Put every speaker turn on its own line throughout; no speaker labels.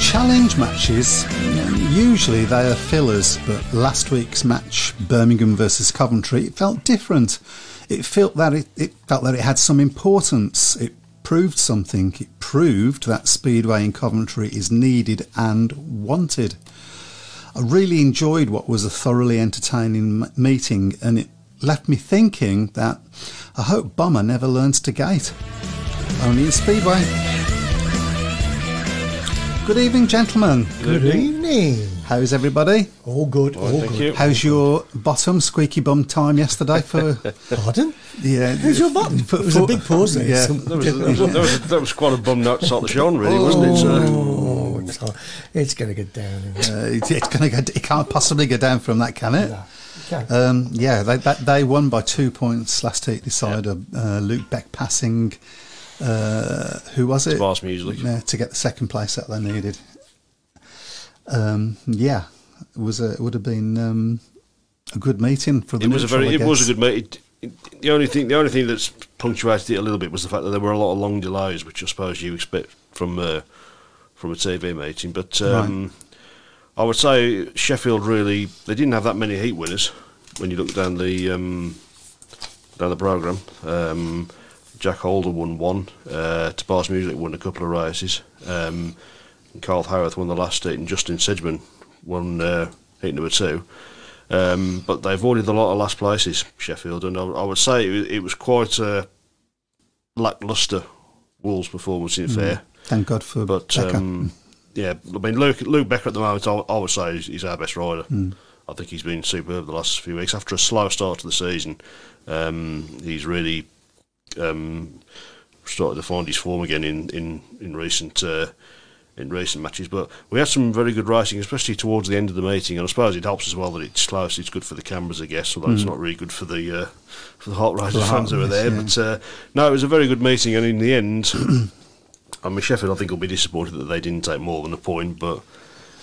challenge matches, usually they are fillers, but last week's match, Birmingham versus Coventry, it felt different. It felt that it, it felt that it had some importance. It proved something. It proved that Speedway in Coventry is needed and wanted. I really enjoyed what was a thoroughly entertaining m- meeting, and it left me thinking that I hope Bomber never learns to gate. Only in Speedway. Good evening, gentlemen.
Good evening.
How's everybody?
All good. all
thank
good.
you.
How's your bottom squeaky bum time yesterday for
Pardon?
yeah?
Who's your bottom?
For-
It was a
for-
big pause there.
Yeah. uh,
Some-
That was, that, was, that, was, that was quite a bum nut sort of genre, really, wasn't it? So,
Oh, it's, not- it's going to get down. In
Uh, it, it's gonna go, it can't possibly go down from that, can it?
Okay.
Um, yeah, they, that, they won by two points last heat decider. Uh, Luke Beck passing, uh, who was it?
Vast music.
Yeah, to get the second place that they needed. Um, yeah, it was a, it would have been um, a good meeting for the.
It was a
neutral,
very,
I
it was a
guess.
good mate. It, it, the only thing, the only thing that's punctuated it a little bit was the fact that there were a lot of long delays, which I suppose you expect from uh, from a TV meeting. But um, I would say Sheffield really, they didn't have that many heat winners when you look down the um, down the program. Um, Jack Holder won one. Uh, Tobias Music won a couple of races. Um, and Carl Howarth won the last eight, and Justin Sedgman won uh, heat number two. Um, but they've avoided a lot of last places, Sheffield, and I, I would say it, was- it was quite a lacklustre Wolves performance in fair.
Thank God for
But
Becker.
um, yeah, I mean Luke Luke Becker at the moment, I, I would say is, is our best rider. I think he's been superb the last few weeks. After a slow start to the season, um, he's really um, started to find his form again in in in recent. Uh, in recent matches, but we had some very good racing, especially towards the end of the meeting. And I suppose it helps as well that it's close. It's good for the cameras, I guess, although it's not really good for the uh, for the hot
Hmm.
rider
the hot
fans who are
ones,
there.
yeah.
But uh, no, it was a very good meeting, and in the end, I mean, Sheffield, I think, will be disappointed that they didn't take more than a point, but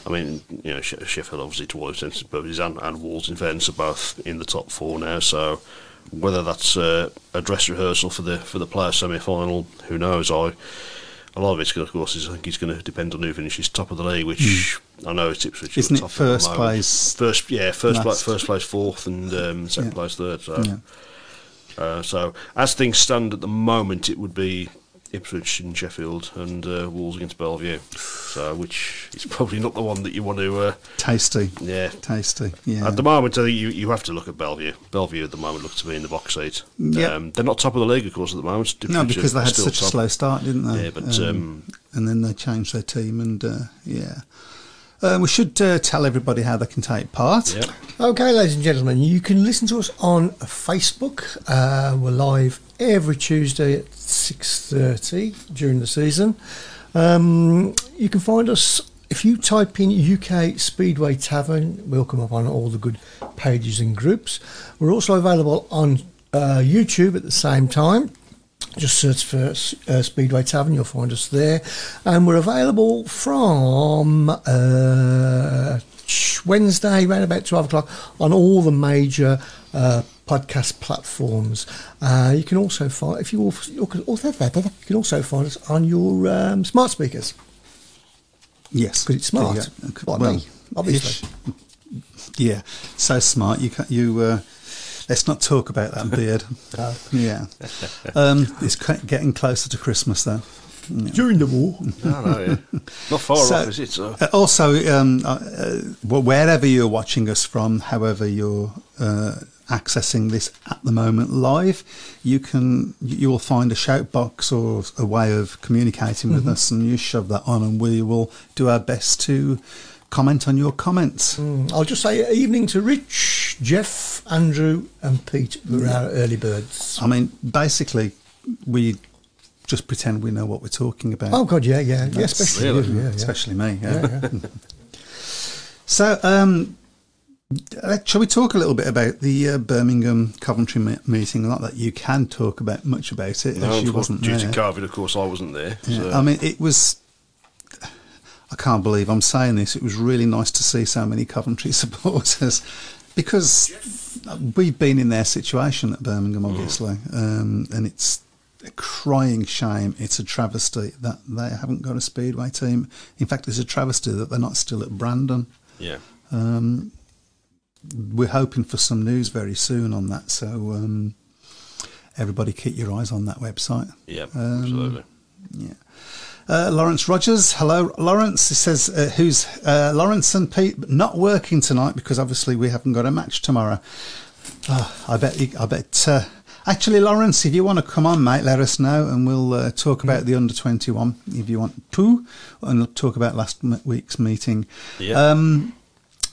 I mean, you know, She- Sheffield obviously, to all intents and purposes, and, and Wolves in fairness are both in the top four now. So whether that's uh, a dress rehearsal for the for the player semi final, who knows? I a lot of it's going, of course, is I think it's going to depend on who finishes top of the league, which I know it's Ipswich. who are
Hmm. Isn't it
top at the
first
moment.
place
First, yeah, first place,
last?
first place fourth, and um, second
Yeah.
place third. So.
Yeah.
Uh, so as things stand at the moment, it would be Ipswich and Sheffield and uh, Wolves against Bellevue. So which is probably not the one that you want to. Uh,
tasty,
yeah.
tasty. Yeah,
At the moment, I think you, you have to look at Bellevue. Bellevue at the moment look to be in the box seat.
Yeah.
Um, they're not top of the league, of course, at the moment.
no,
Ipswich
because
are
they had
still
such a
top.
slow start, didn't they?
Yeah, but, um,
and then they changed their team, and uh, yeah. Uh, we should uh, tell everybody how they can take part.
Yeah.
Okay, ladies and gentlemen, you can listen to us on Facebook. Uh, we're live every Tuesday at six thirty during the season. Um, you can find us if you type in UK Speedway Tavern. We'll come up on all the good pages and groups. We're also available on uh, YouTube at the same time. Just search for uh, Speedway Tavern, you'll find us there. And we're available from uh, sh- Wednesday, around about 12 o'clock, on all the major uh, podcast platforms. Uh, you can also find, if you, al- you can also you can also find us on your um, smart speakers.
Yes,
'Cause it's smart.
There you go.
Like me, obviously.
ish. Yeah, so smart. You can, you. Uh, let's not talk about that beard. yeah, um, it's cre- getting closer to Christmas though.
During the war.
No, no, yeah. not far
So-
off, is it? So.
Uh, also, um, uh, uh, wh- wherever you're watching us from, however you're uh, accessing this at the moment live, you can you will find a shout box or a way of communicating
Mm-hmm.
with us, and you shove that on, and we will do our best to comment on your comments.
Mm.
Mm-hmm. I'll just say evening to Rich, Jeff, Andrew, and Pete, who are our early birds.
I mean, basically, we just pretend we know what we're talking about.
Oh, God, yeah, yeah. yeah
That's-
especially,
Really?
you, yeah, yeah.
Mm, especially me. Yeah.
Yeah, yeah.
So, um, uh, shall we talk a little bit about the uh, Birmingham Coventry me- meeting? Not that you can talk about much about it,
No,
as you
of course,
wasn't
due
there.
to COVID, of course, I wasn't there.
Yeah, um,
so.
I mean, it was. I can't believe I'm saying this. It was really nice to see so many Coventry supporters because we've been in their situation at Birmingham, obviously, um, and it's a crying shame. It's a travesty that they haven't got a speedway team. In fact, it's a travesty that they're not still at Brandon.
Yeah.
Um, we're hoping for some news very soon on that. So um, everybody, keep your eyes on that website.
Yeah.
Um,
absolutely.
Yeah. Uh, Lawrence Rogers, hello, Lawrence. He says, uh, "Who's uh, Lawrence and Pete not working tonight because obviously we haven't got a match tomorrow." Ah, I bet. You, I bet. Uh, actually, Lawrence, if you want to come on, mate, let us know, and we'll uh, talk about the under twenty one if you want to, and we'll talk about last m- week's meeting.
Yeah.
Um,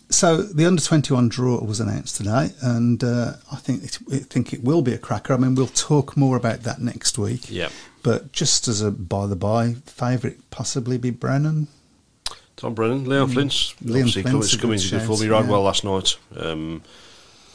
so the under twenty one draw was announced today, and uh, I think it, I think it will be a cracker. I mean, we'll talk more about that next week.
Yeah.
But just as a by the by, favourite possibly be Brennan.
Tom Brennan, Leon Flint's
Mm. Leon
obviously
Flint's a
Flint's
good
coming to good
shout,
form. He rode
yeah.
well last night, um,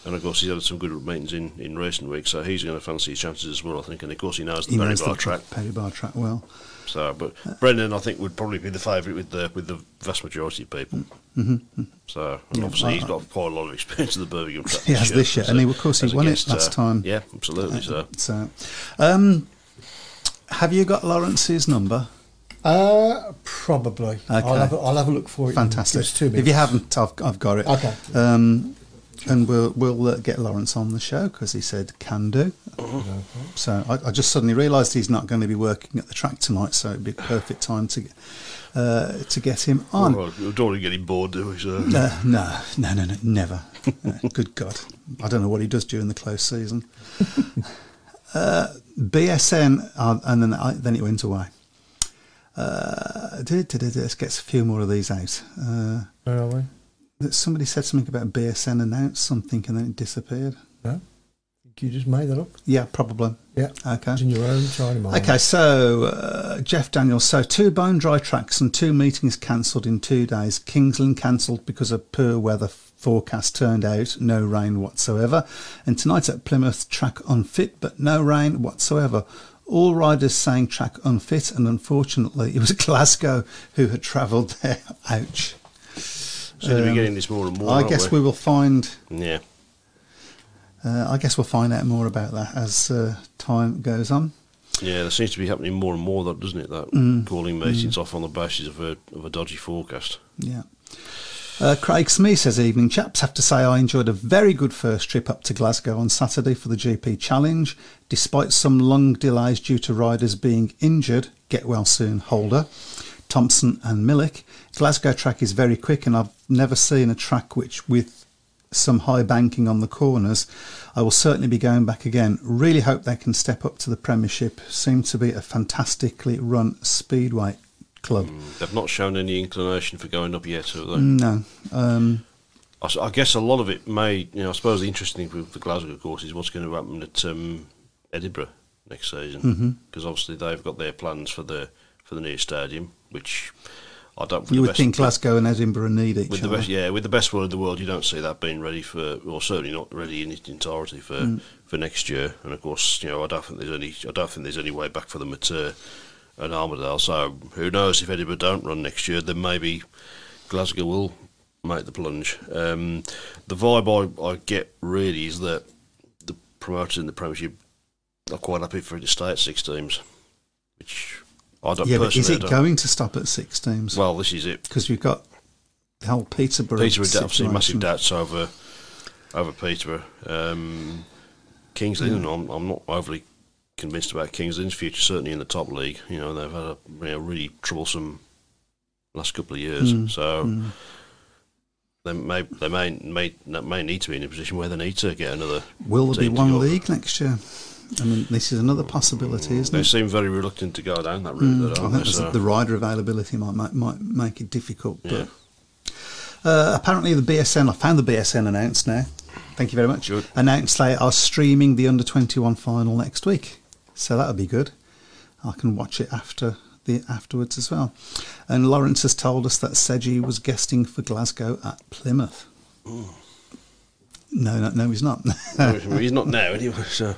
and of course he's had some good meetings in, in racing week, so he's going to fancy his chances as well, I think. And of course he knows the
He
very
knows
bar
the Uh.
track,
Perry Bar track well.
so but Brendan I think would probably be the favourite with the with the vast majority of people. Mm-hmm. So and
Mm. Yeah,
obviously
well,
he's got quite a lot of experience of the Birmingham track.
He has this year, and he- of course he
as
won it
against, uh,
last time. Uh,
Yeah, absolutely. So
So, um, have you got Lawrence's number?
Uh, probably. I'll,
Okay.
have a, I'll have a look for it. in
Fantastic.
Just two
if you
minutes.
haven't, I've, I've got it.
Okay.
Um, and we'll we'll uh, get Lawrence on the show because he said can do. So I, I just suddenly realised he's not going to be working at the track tonight, so it'd be a perfect time to get- uh, to get him on.
well, we don't want to get him bored, do we? So.
No, no, no, no, no never. Uh, good God. I don't know what he does during the close season. uh, BSN, uh, and then, I, then it went away. Uh, do- do- do- do, let's get a few more of these out. Uh,
Where are we?
that somebody said something about BSN announced something and then it disappeared.
No? You just made that up.
Yeah, probably.
Yeah.
Okay.
It's in your own tiny mind.
Okay, so uh, Jeff Daniels. So two bone dry tracks and two meetings cancelled in two days. Kingsland cancelled because of poor weather forecast turned out, no rain whatsoever. And tonight at Plymouth, track unfit, but no rain whatsoever. All riders saying track unfit, and unfortunately, it was Glasgow who had travelled there. Ouch.
Seem to be
Um,
getting this more and more.
I
aren't
guess we will find.
Yeah.
Uh, I guess we'll find out more about that as uh, time goes on.
Yeah, that seems to be happening more and more, that doesn't it? That
Mm.
calling meetings off on the basis of a of a dodgy forecast.
Yeah. Uh, Craig Smee says, Evening chaps. Have to say, I enjoyed a very good first trip up to Glasgow on Saturday for the GP Challenge, despite some long delays due to riders being injured. Get well soon, Holder, Thompson, and Millick. Glasgow track is very quick, and I've never seen a track which, with some high banking on the corners, I will certainly be going back again. Really hope they can step up to the Premiership. Seem to be a fantastically run speedway club.
They've not shown any inclination for going up yet, have they?
No. Um,
I, s- I guess a lot of it may, you know, I suppose the interesting thing with the Glasgow course is what's going to happen at um, Edinburgh next
Mm-hmm.
season, because obviously they've got their plans for the for the new stadium, which I don't. with
You
the
would
best-
think Glasgow and Edinburgh need each
With the
other.
best, yeah, with the best one in the world, you don't see that being ready for, or certainly not ready in its entirety for,
Mm.
for next year. And of course, you know, I don't think there's any, I don't think there's any way back for them at, uh, at Armadale. So who knows if Edinburgh don't run next year, then maybe Glasgow will make the plunge. Um, the vibe I, I get really is that the promoters in the Premiership are quite happy for it to stay at six teams, which I don't
yeah, but
personally.
is
I
it
don't-
going to stop at six teams?
well, this is it.
Because you've got the whole Peterborough.
Peterborough, d- obviously,
situation.
massive doubts over over Peterborough. Um,
Hmm.
Kingsland, I'm, I'm not overly convinced about Kingsland's future, certainly in the top league. You know, they've had a you know, really troublesome last couple of years,
Mm,
so
mm.
they may they may, may they may need to be in a position where they need to get another.
Will there be
team to
one
go up.
league next year? I mean, this is another possibility, isn't
They
it?
seem very reluctant to go down that route,
Mm,
though,
I
aren't
think
they?
that's-
So,
the rider availability might might, might make it difficult.
yeah,
But uh, apparently, the BSN. I found the BSN announced now. Thank you very much.
Good.
Announced they are streaming the under twenty one final next week, so that'll be good. I can watch it after the afterwards as well. And Lawrence has told us that Seji was guesting for Glasgow at Plymouth.
Mm.
No, no, no, he's not.
he's not now anyway. So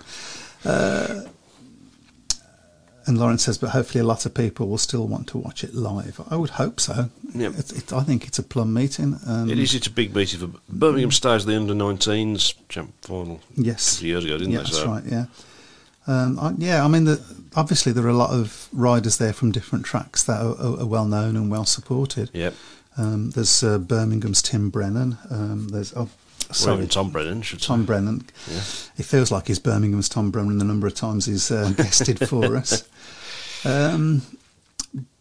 and Lawrence says, but hopefully a lot of people will still want to watch it live. I would hope so.
Yeah.
It's, it's, I think it's a plum meeting. Um,
it is. It's a big meeting for Birmingham. Stars the under 19s champ final
Yes.
couple of years ago, didn't
yeah,
they?
that's
so
right. Yeah, Um, I, yeah, I mean, the, obviously there are a lot of riders there from different tracks that are, are, are well known and well supported.
Yep.
Um, there's uh, Birmingham's Tim Brennan. Um, there's oh,
Sorry.
sorry,
Tom Brennan should say.
Tom Brennan. It feels like he's Birmingham's Tom Brennan the number of times he's uh, guested for us. Um,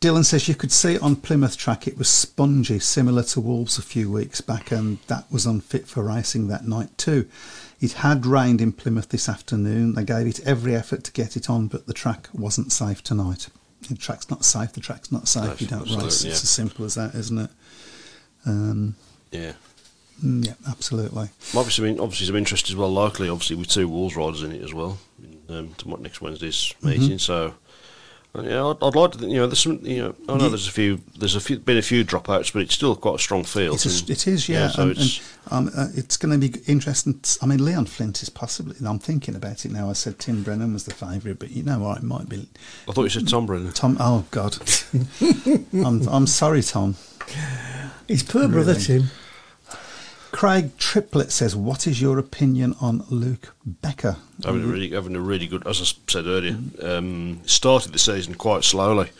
Dylan says you could see it on Plymouth track it was spongy, similar to Wolves a few weeks back, and that was unfit for racing that night too. It had rained in Plymouth this afternoon. They gave it every effort to get it on, but the track wasn't safe tonight. The track's not safe. The track's not safe.
No,
you don't
absolutely,
race.
yeah.
It's as simple as that, isn't it? Um,
Yeah.
mm, yeah, absolutely.
Might be some, in- obviously some interest as well locally, obviously with two Wolves riders in it as well, in, um, to what next Wednesday's
Mm-hmm.
meeting. So, uh, yeah, I'd, I'd like to, think, you know, there's some, you know, I know
Ye-
there's a few, there's a few, been a few dropouts, but it's still quite a strong field.
It is,
and-
it is, yeah.
so
and,
it's,
and, um, uh, it's going to be interesting. t- I mean, Leon Flint is possibly. I'm thinking about it now. I said Tim Brennan was the favourite, but you know what? It might be
I thought you said Tom Brennan.
Tom. Oh God, I'm, I'm sorry, Tom.
He's poor brother
Really?
Tim.
Craig Triplett says, "What is your opinion on Luke Becker?"
Having a really, having a really good, as I s- said earlier, um, started the season quite slowly.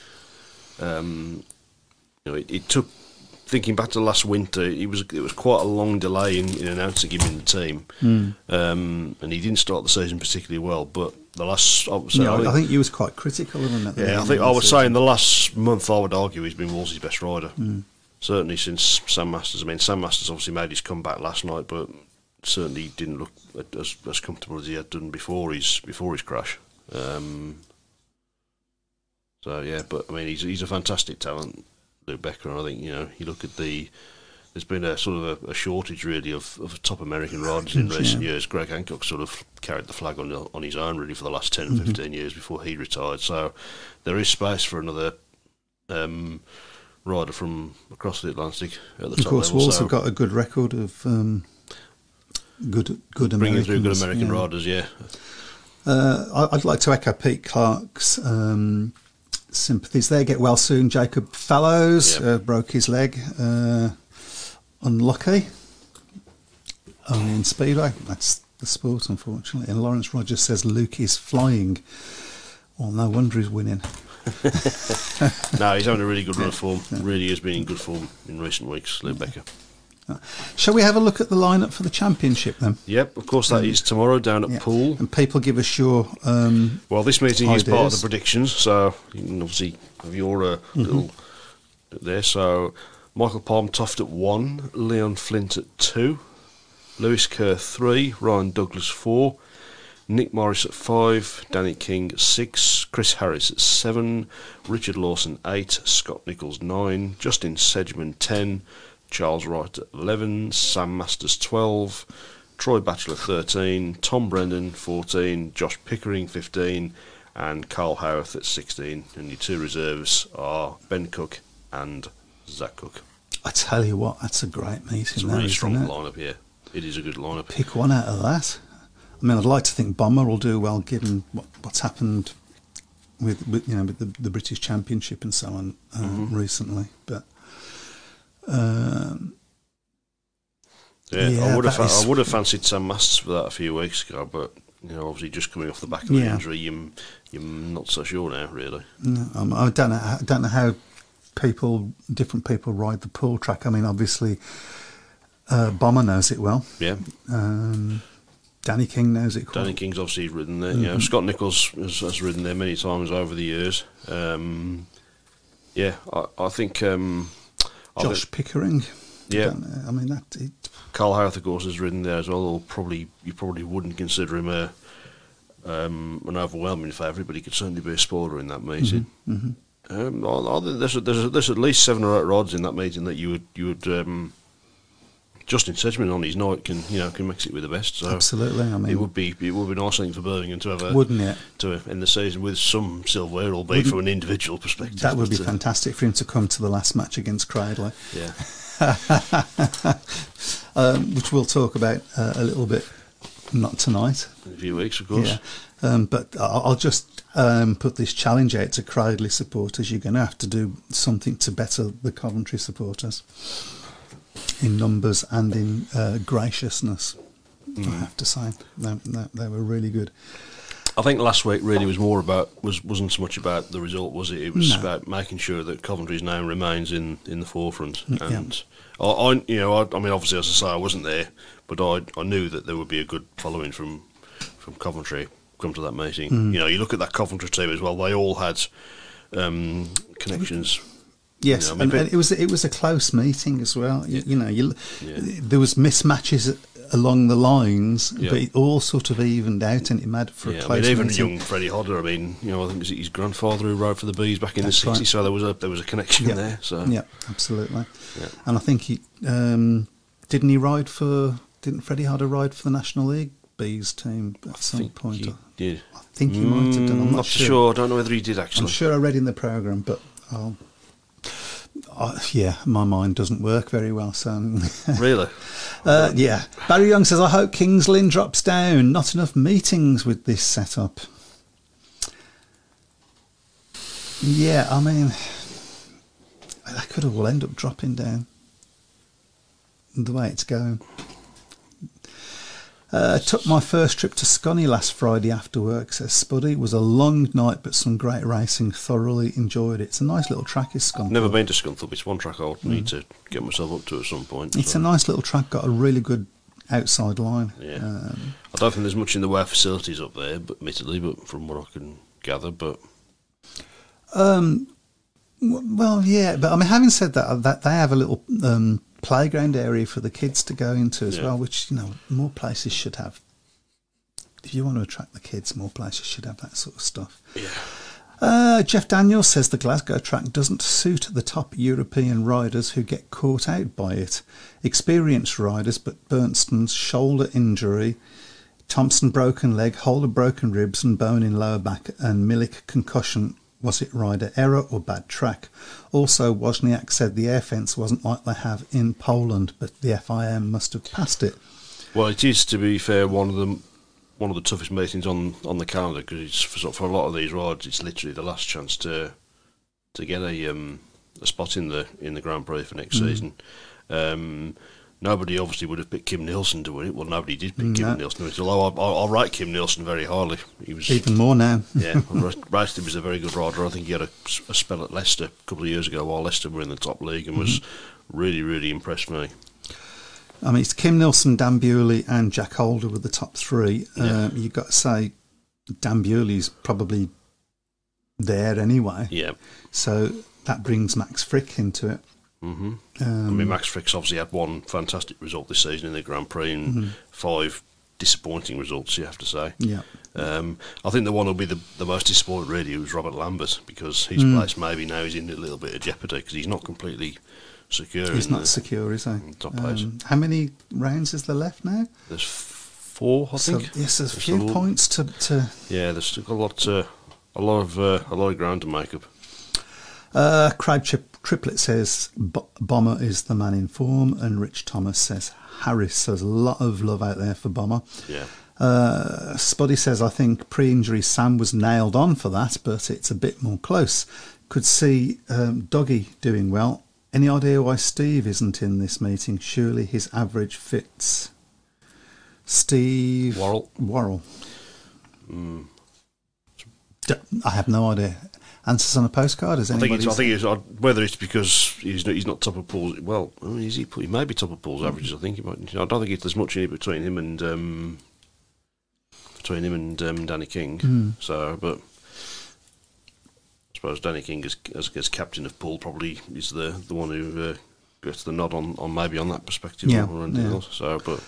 Um, you know, it, it took. Thinking back to last winter, it was it was quite a long delay in, in announcing him in the team, um, and he didn't start the season particularly well. But the last, I would say,
yeah,
I think,
I think you was quite critical of him. At the
yeah, I
beginning
think
of
I
the
would
season. Hmm.
say in the last month, I would argue he's been Wolsey's best rider. Certainly since Sam Masters. I mean, Sam Masters obviously made his comeback last night, but certainly didn't look at- as as comfortable as he had done before his before his crash. Um, so yeah, but I mean, he's he's a fantastic talent, Luke Becker, and I think you know you look at the. There's been a sort of a, a shortage, really, of, of top American riders in
Yeah.
recent years. Greg Hancock sort of carried the flag on on his own, really, for the last 10
Mm-hmm.
or 15 years before he retired. So there is space for another um, rider from across the Atlantic at the
Of
top
course,
level.
Wolves
so
have got a good record of um, good good
bringing
Americans.
through good American
yeah.
riders, yeah.
Uh, I- I'd like to echo Pete Clark's um, sympathies there. Get well soon, Jacob Fallows.
Yeah.
Uh, broke his leg. Uh, unlucky. Only in Speedway. That's the sport, unfortunately. And Lawrence Rogers says Luke is flying. Well, no wonder he's winning.
No, he's having a really good run of form. Really has been in good form in recent weeks, Luke Becker.
Shall we have a look at the lineup for the championship then?
Yep, of course, that is tomorrow down at
Mm. Yeah.
Poole.
And people give us your. Um,
Well, this meeting is part of
Ideas.
the predictions, so you can obviously have your uh,
Mm-hmm.
little bit there. So Michael Palm Toft at one, Leon Flint at two, Lewis Kerr three, Ryan Douglas four, Nick Morris at five, Danny King at six, Chris Harris at seven, Richard Lawson eight, Scott Nichols nine, Justin Sedgman ten, Charles Wright at eleven, Sam Masters twelve, Troy Batchelor thirteen, Tom Brendan fourteen, Josh Pickering fifteen, and Carl Howarth at sixteen. And your two reserves are Ben Cook and Zach Cook.
I tell you what, that's a great meeting.
It's a
there,
really
isn't
strong
it?
lineup here. It is a good lineup.
pick one out of that. I mean, I'd like to think Bomber will do well given what, what's happened with, with you know with the, the British Championship and so on um,
Mm-hmm.
recently. But um,
Yeah,
Yeah,
I would have.
that
Fa-
is-
I would have fancied Sam Masters for that a few weeks ago, but you know, obviously, just coming off the back of
Yeah.
an injury, you're, you're not so sure now, really.
no, um, I don't know. I don't know how people, different people, ride the pool track. I mean, obviously, uh, Bomber knows it well.
Yeah,
Um, Danny King knows it.
Danny
Quite.
King's obviously ridden there.
Mm-hmm.
You know, Scott Nichols has, has ridden there many times over the years. Um, yeah, I, I think. Um, I
Josh
think
Pickering.
Yeah.
I, don't know. I mean that. It,
Carl Howth, of course, has ridden there as well. Or probably you probably wouldn't consider him a um, an overwhelming favourite, but he could certainly be a spoiler in that meeting.
Mm-hmm.
Um, I, I think there's, there's there's at least seven or eight rods in that meeting that you would you would um, Justin Sedgman on his night can you know can mix it with the best. So
absolutely. I
it
mean,
would be it would be uh, nice I think for Birmingham to have a
wouldn't it?
to end the season with some silverware, albeit from an individual perspective.
That would be
but, uh,
fantastic for him to come to the last match against Cradley.
Yeah,
um, which we'll talk about uh, a little bit, not tonight.
in a few weeks, of course.
Yeah. Um, but I'll, I'll just um, put this challenge out to Cradley supporters. You're going to have to do something to better the Coventry supporters in numbers and
Mm.
in uh, graciousness. I have to say, they, they, they were really good.
I think last week really was more about was wasn't so much about the result, was it? It was
No.
about making sure that Coventry's name remains in, in the forefront.
Mm, yeah.
And I, I, you know, I, I mean, obviously, as I say, I wasn't there, but I, I knew that there would be a good following from from Coventry come to that meeting.
Mm.
You know, you look at that Coventry team as well; they all had um, connections.
Yes,
You know, I mean,
and,
but-
and it was it was a close meeting as well. You, you know, you,
Yeah.
there was mismatches along the lines,
Yeah.
but it all sort of evened out, and it made for a
Yeah, I
close
mean, even
meeting.
young Freddie Hodder. I mean, you know, I think it was his grandfather who rode for the Bees back in
That's
the '60s,
right.
so there was a there was a connection
Yeah.
there. So
Yeah, absolutely.
Yeah.
And I think he um, didn't he ride for didn't Freddie Harder ride for the National League Bees team at some
think
point?
he did.
I think he might have done. I'm
Mm,
not,
sure. I don't know whether he did actually.
I'm sure I read in the program, but I'll, I, yeah, my mind doesn't work very well, so.
Really?
Uh, yeah. Barry Young says, I hope Kings Lynn drops down. Not enough meetings with this setup. Yeah, I mean, that could all end up dropping down the way it's going. Uh, took my first trip to Scunny last Friday after work, says Spuddy. Was a long night, but some great racing. Thoroughly enjoyed it. It's a nice little track, is Scunny.
Never been to Scunthorpe. It's one track I would need to get myself up to at some point.
It's
so.
a nice little track, got a really good outside line.
Yeah.
Um,
I don't think there's much in the way of facilities up there, but admittedly, but from what I can gather, but
W- Well, yeah, but I mean, having said that, uh, that they have a little um, playground area for the kids to go into as
Yeah.
well, which you know more places should have. If you want to attract the kids, more places should have that sort of stuff.
yeah,
Uh, Jeff Daniels says the Glasgow track doesn't suit the top European riders who get caught out by it. Experienced riders, but Bernstein's shoulder injury, Thompson broken leg, Holder broken ribs and bone in lower back, and Milik concussion. Was it rider error or bad track? Also, Wozniak said the air fence wasn't like they have in Poland, but the FIM must have passed it.
Well, it is to be fair one of the one of the toughest meetings on on the calendar because it's for, sort of- for a lot of these rides, it's literally the last chance to to get a um, a spot in the in the Grand Prix for
Mm.
next season. Um, nobody obviously would have picked Kim Nielsen to win it. Well, nobody did pick
No.
Kim Nielsen, to win it, although I, I, I rate Kim Nielsen very highly. He was
Even more now.
yeah, Rice was a very good rider. I think he had a, a spell at Leicester a couple of years ago while Leicester were in the top league and was
Mm-hmm.
really, really impressed me.
I mean, it's Kim Nilsson, Dan Bewley, and Jack Holder with the top three.
Yeah.
Um, you've got to say, Dan Bewley's probably there anyway.
Yeah.
So that brings Max Frick into it.
hmm I
Um,
mean, Max Frick's obviously had one fantastic result this season in the Grand Prix and five disappointing results, you have to say.
mm-hmm. yeah.
Um, I think the one who'll be the, the most disappointed really was Robert Lambert because his
Hmm.
place maybe now is in a little bit of jeopardy because he's not completely secure.
He's
in
not
the,
secure, is he?
Mm,
Um,
top eight.
how many rounds is there left now?
There's four, I
So,
think.
yes, there's a
There's
few
a lot.
points to. to
Yeah, there's still a lot, uh, a lot of uh, a lot of ground to make up.
uh, Crab Chip Triplet says B- Bomber is the man in form, and Rich Thomas says Harris. So there's a lot of love out there for Bomber.
Yeah.
Uh, Spuddy says, I think pre injury Sam was nailed on for that, but it's a bit more close. Could see um, Doggy doing well. Any idea why Steve isn't in this meeting? Surely his average fits. Steve.
Worrell. mm.
Worrell. D- I have no idea. Answers on a postcard? Is
I think it's,
anybody?
I think it's odd- whether it's because he's not, he's not top of Paul's. Well, I mean, is he? He may be top of Paul's averages. I think he might. I don't think it's there's much in it between him and um, between him and um, Danny King.
Hmm.
So, but I suppose Danny King as, as as captain of Paul probably is the the one who uh, gets the nod on, on maybe on that perspective
Yeah,
or anything
yeah.
else. So, but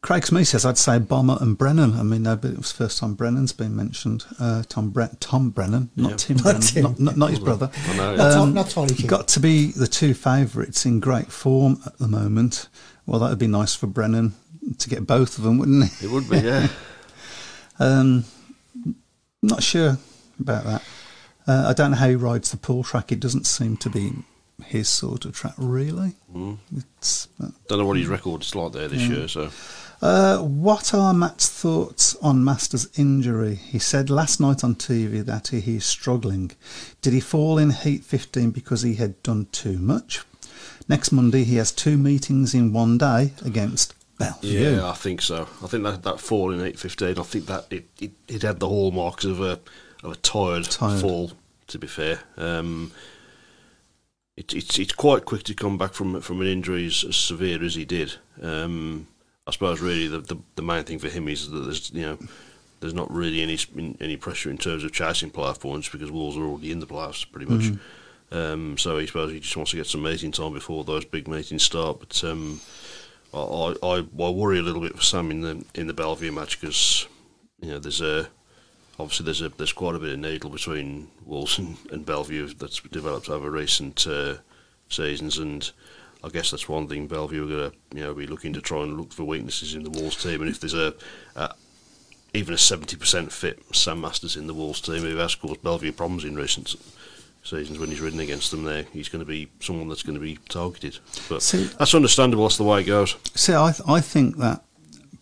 Craig Smith says, I'd say Bomber and Brennan. I mean, no, but it was first time Brennan's been mentioned. Uh, Tom Bre- Tom Brennan, not
Yeah.
Tim
Not
Brennan,
Tim.
Not, not, not his brother. Um,
I know.
Not Tom- Um, not Tony King.
Got to be the two favourites in great form at the moment. Well, that would be nice for Brennan to get both of them, wouldn't it?
it would be yeah.
Um, not sure about that. Uh, I don't know how he rides the pool track. It doesn't seem to be his sort of track, really. It's, uh,
Don't know what his record's like there this year. So
Uh, what are Matt's thoughts on Master's injury? He said last night on TV that he, he is struggling. Did he fall in Heat 15 because he had done too much? Next Monday, he has two meetings in one day against Well, for
Yeah,
you.
I think so. I think that, that fall in eight fifteen. I think that it, it, it had the hallmarks of a of a tired,
Tired.
fall. To be fair, um, it, it's it's quite quick to come back from from an injury as, as severe as he did. Um, I suppose really the, the the main thing for him is that there's you know there's not really any sp- any pressure in terms of chasing playoff points because Wolves are already in the playoffs pretty much. Um, so I suppose he just wants to get some meeting time before those big meetings start. But um, I, I, I I worry a little bit for Sam in the in the Bellevue match because you know there's a obviously there's a there's quite a bit of needle between Wolves and, and Bellevue that's developed over recent uh, seasons, and I guess that's one thing Bellevue are going to you know be looking to try and look for weaknesses in the Wolves team, and if there's a, a even a seventy percent fit Sam Masters in the Wolves team who has caused Bellevue problems in recent seasons when he's ridden against them, there he's going to be someone that's going to be targeted. But
See-
that's understandable. That's the way it goes.
See, I, th- I think that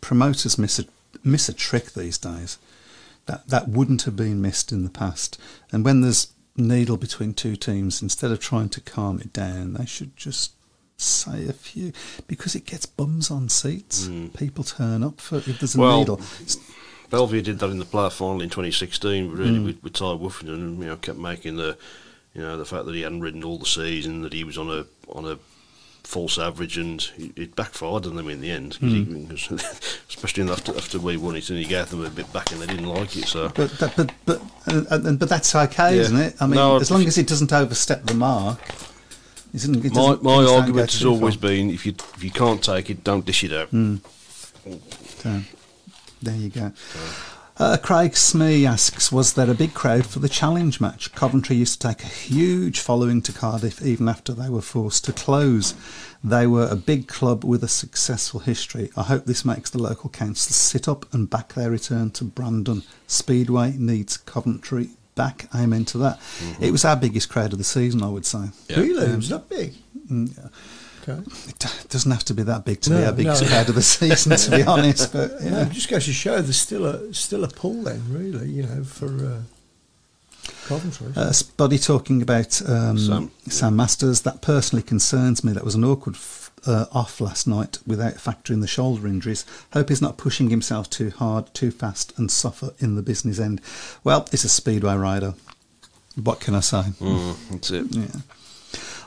promoters miss a, miss a trick these days that, that wouldn't have been missed in the past. And when there's needle between two teams, instead of trying to calm it down, they should just say a few because it gets bums on seats. People turn up for if there's a
Hmm. Well,
needle.
Bellevue did that in the playoff final in 2016, really,
Mm.
with, with Ty Woofington, and you know, kept making the, you know, the fact that he hadn't ridden all the season, that he was on a on a false average, and it, it backfired on them in the end,
Mm.
'cause he- 'cause especially in the- after after we won it, and he gave them a bit back, and they didn't like it. So
But that, but but and, and, but that's okay,
Yeah.
isn't it? I mean,
No,
as long as it doesn't overstep the mark, isn't it?
my
doesn't-
my
doesn't go
argument
too
has always
far.
been if you if you can't take it, don't dish it out.
Mm. So, there you go. Uh, Craig Smee asks, was there a big crowd for the challenge match? Coventry used to take a huge following to Cardiff even after they were forced to close. They were a big club with a successful history. I hope this makes the local council sit up and back their return to Brandon. Speedway needs Coventry back. Amen to that.
Mm-hmm.
It was our biggest crowd of the season, I would say.
Yeah.
Really? it was that big? Um, mm, Okay.
It d- doesn't have to be that big to be
No,
our biggest
no.
crowd of the season, to be honest. But yeah.
No, it just goes to show there's still a still a pull then, really, you know, for uh, Coventry.
Uh, Buddy talking about um, Sam.
Sam.
Masters. That personally concerns me. That was an awkward f- uh, off last night without factoring the shoulder injuries. Hope he's not pushing himself too hard, too fast, and suffer in the business end. Well, it's a speedway rider. What can I say?
Mm. that's it.
Yeah.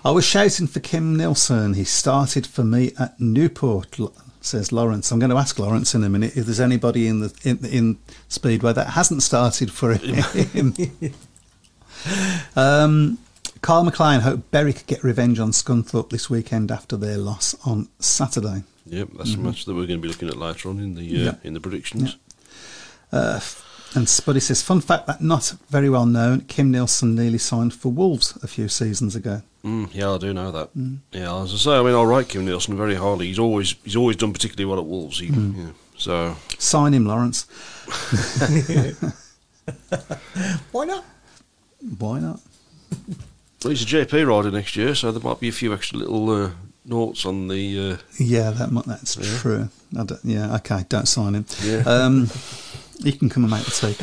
I was shouting for Kim Nilsson. He started for me at Newport, l- says Lawrence. I'm going to ask Lawrence in a minute if there's anybody in the in, in Speedway that hasn't started for him. um, Carl McLean, hope Berry could get revenge on Scunthorpe this weekend after their loss on Saturday.
Yep, that's a match that we're going to be looking at later on in the uh,
Mm-hmm. Yeah.
in the predictions.
Uh, f- and Spuddy says, fun fact that not very well known, Kim Nilsson nearly signed for Wolves a few seasons ago.
Mm, yeah, I do know that. Yeah, as I say, I mean, I like Kim Nielsen very highly. He's always he's always done particularly well at Wolves. He, yeah. So
Sign him, Lawrence.
Why not?
Why not?
well, he's a JP rider next year, so there might be a few extra little uh, noughts on the. Uh,
Yeah, that mu- that's true. I don't- yeah, okay, don't sign him.
Yeah.
Um, he can come and make the tea.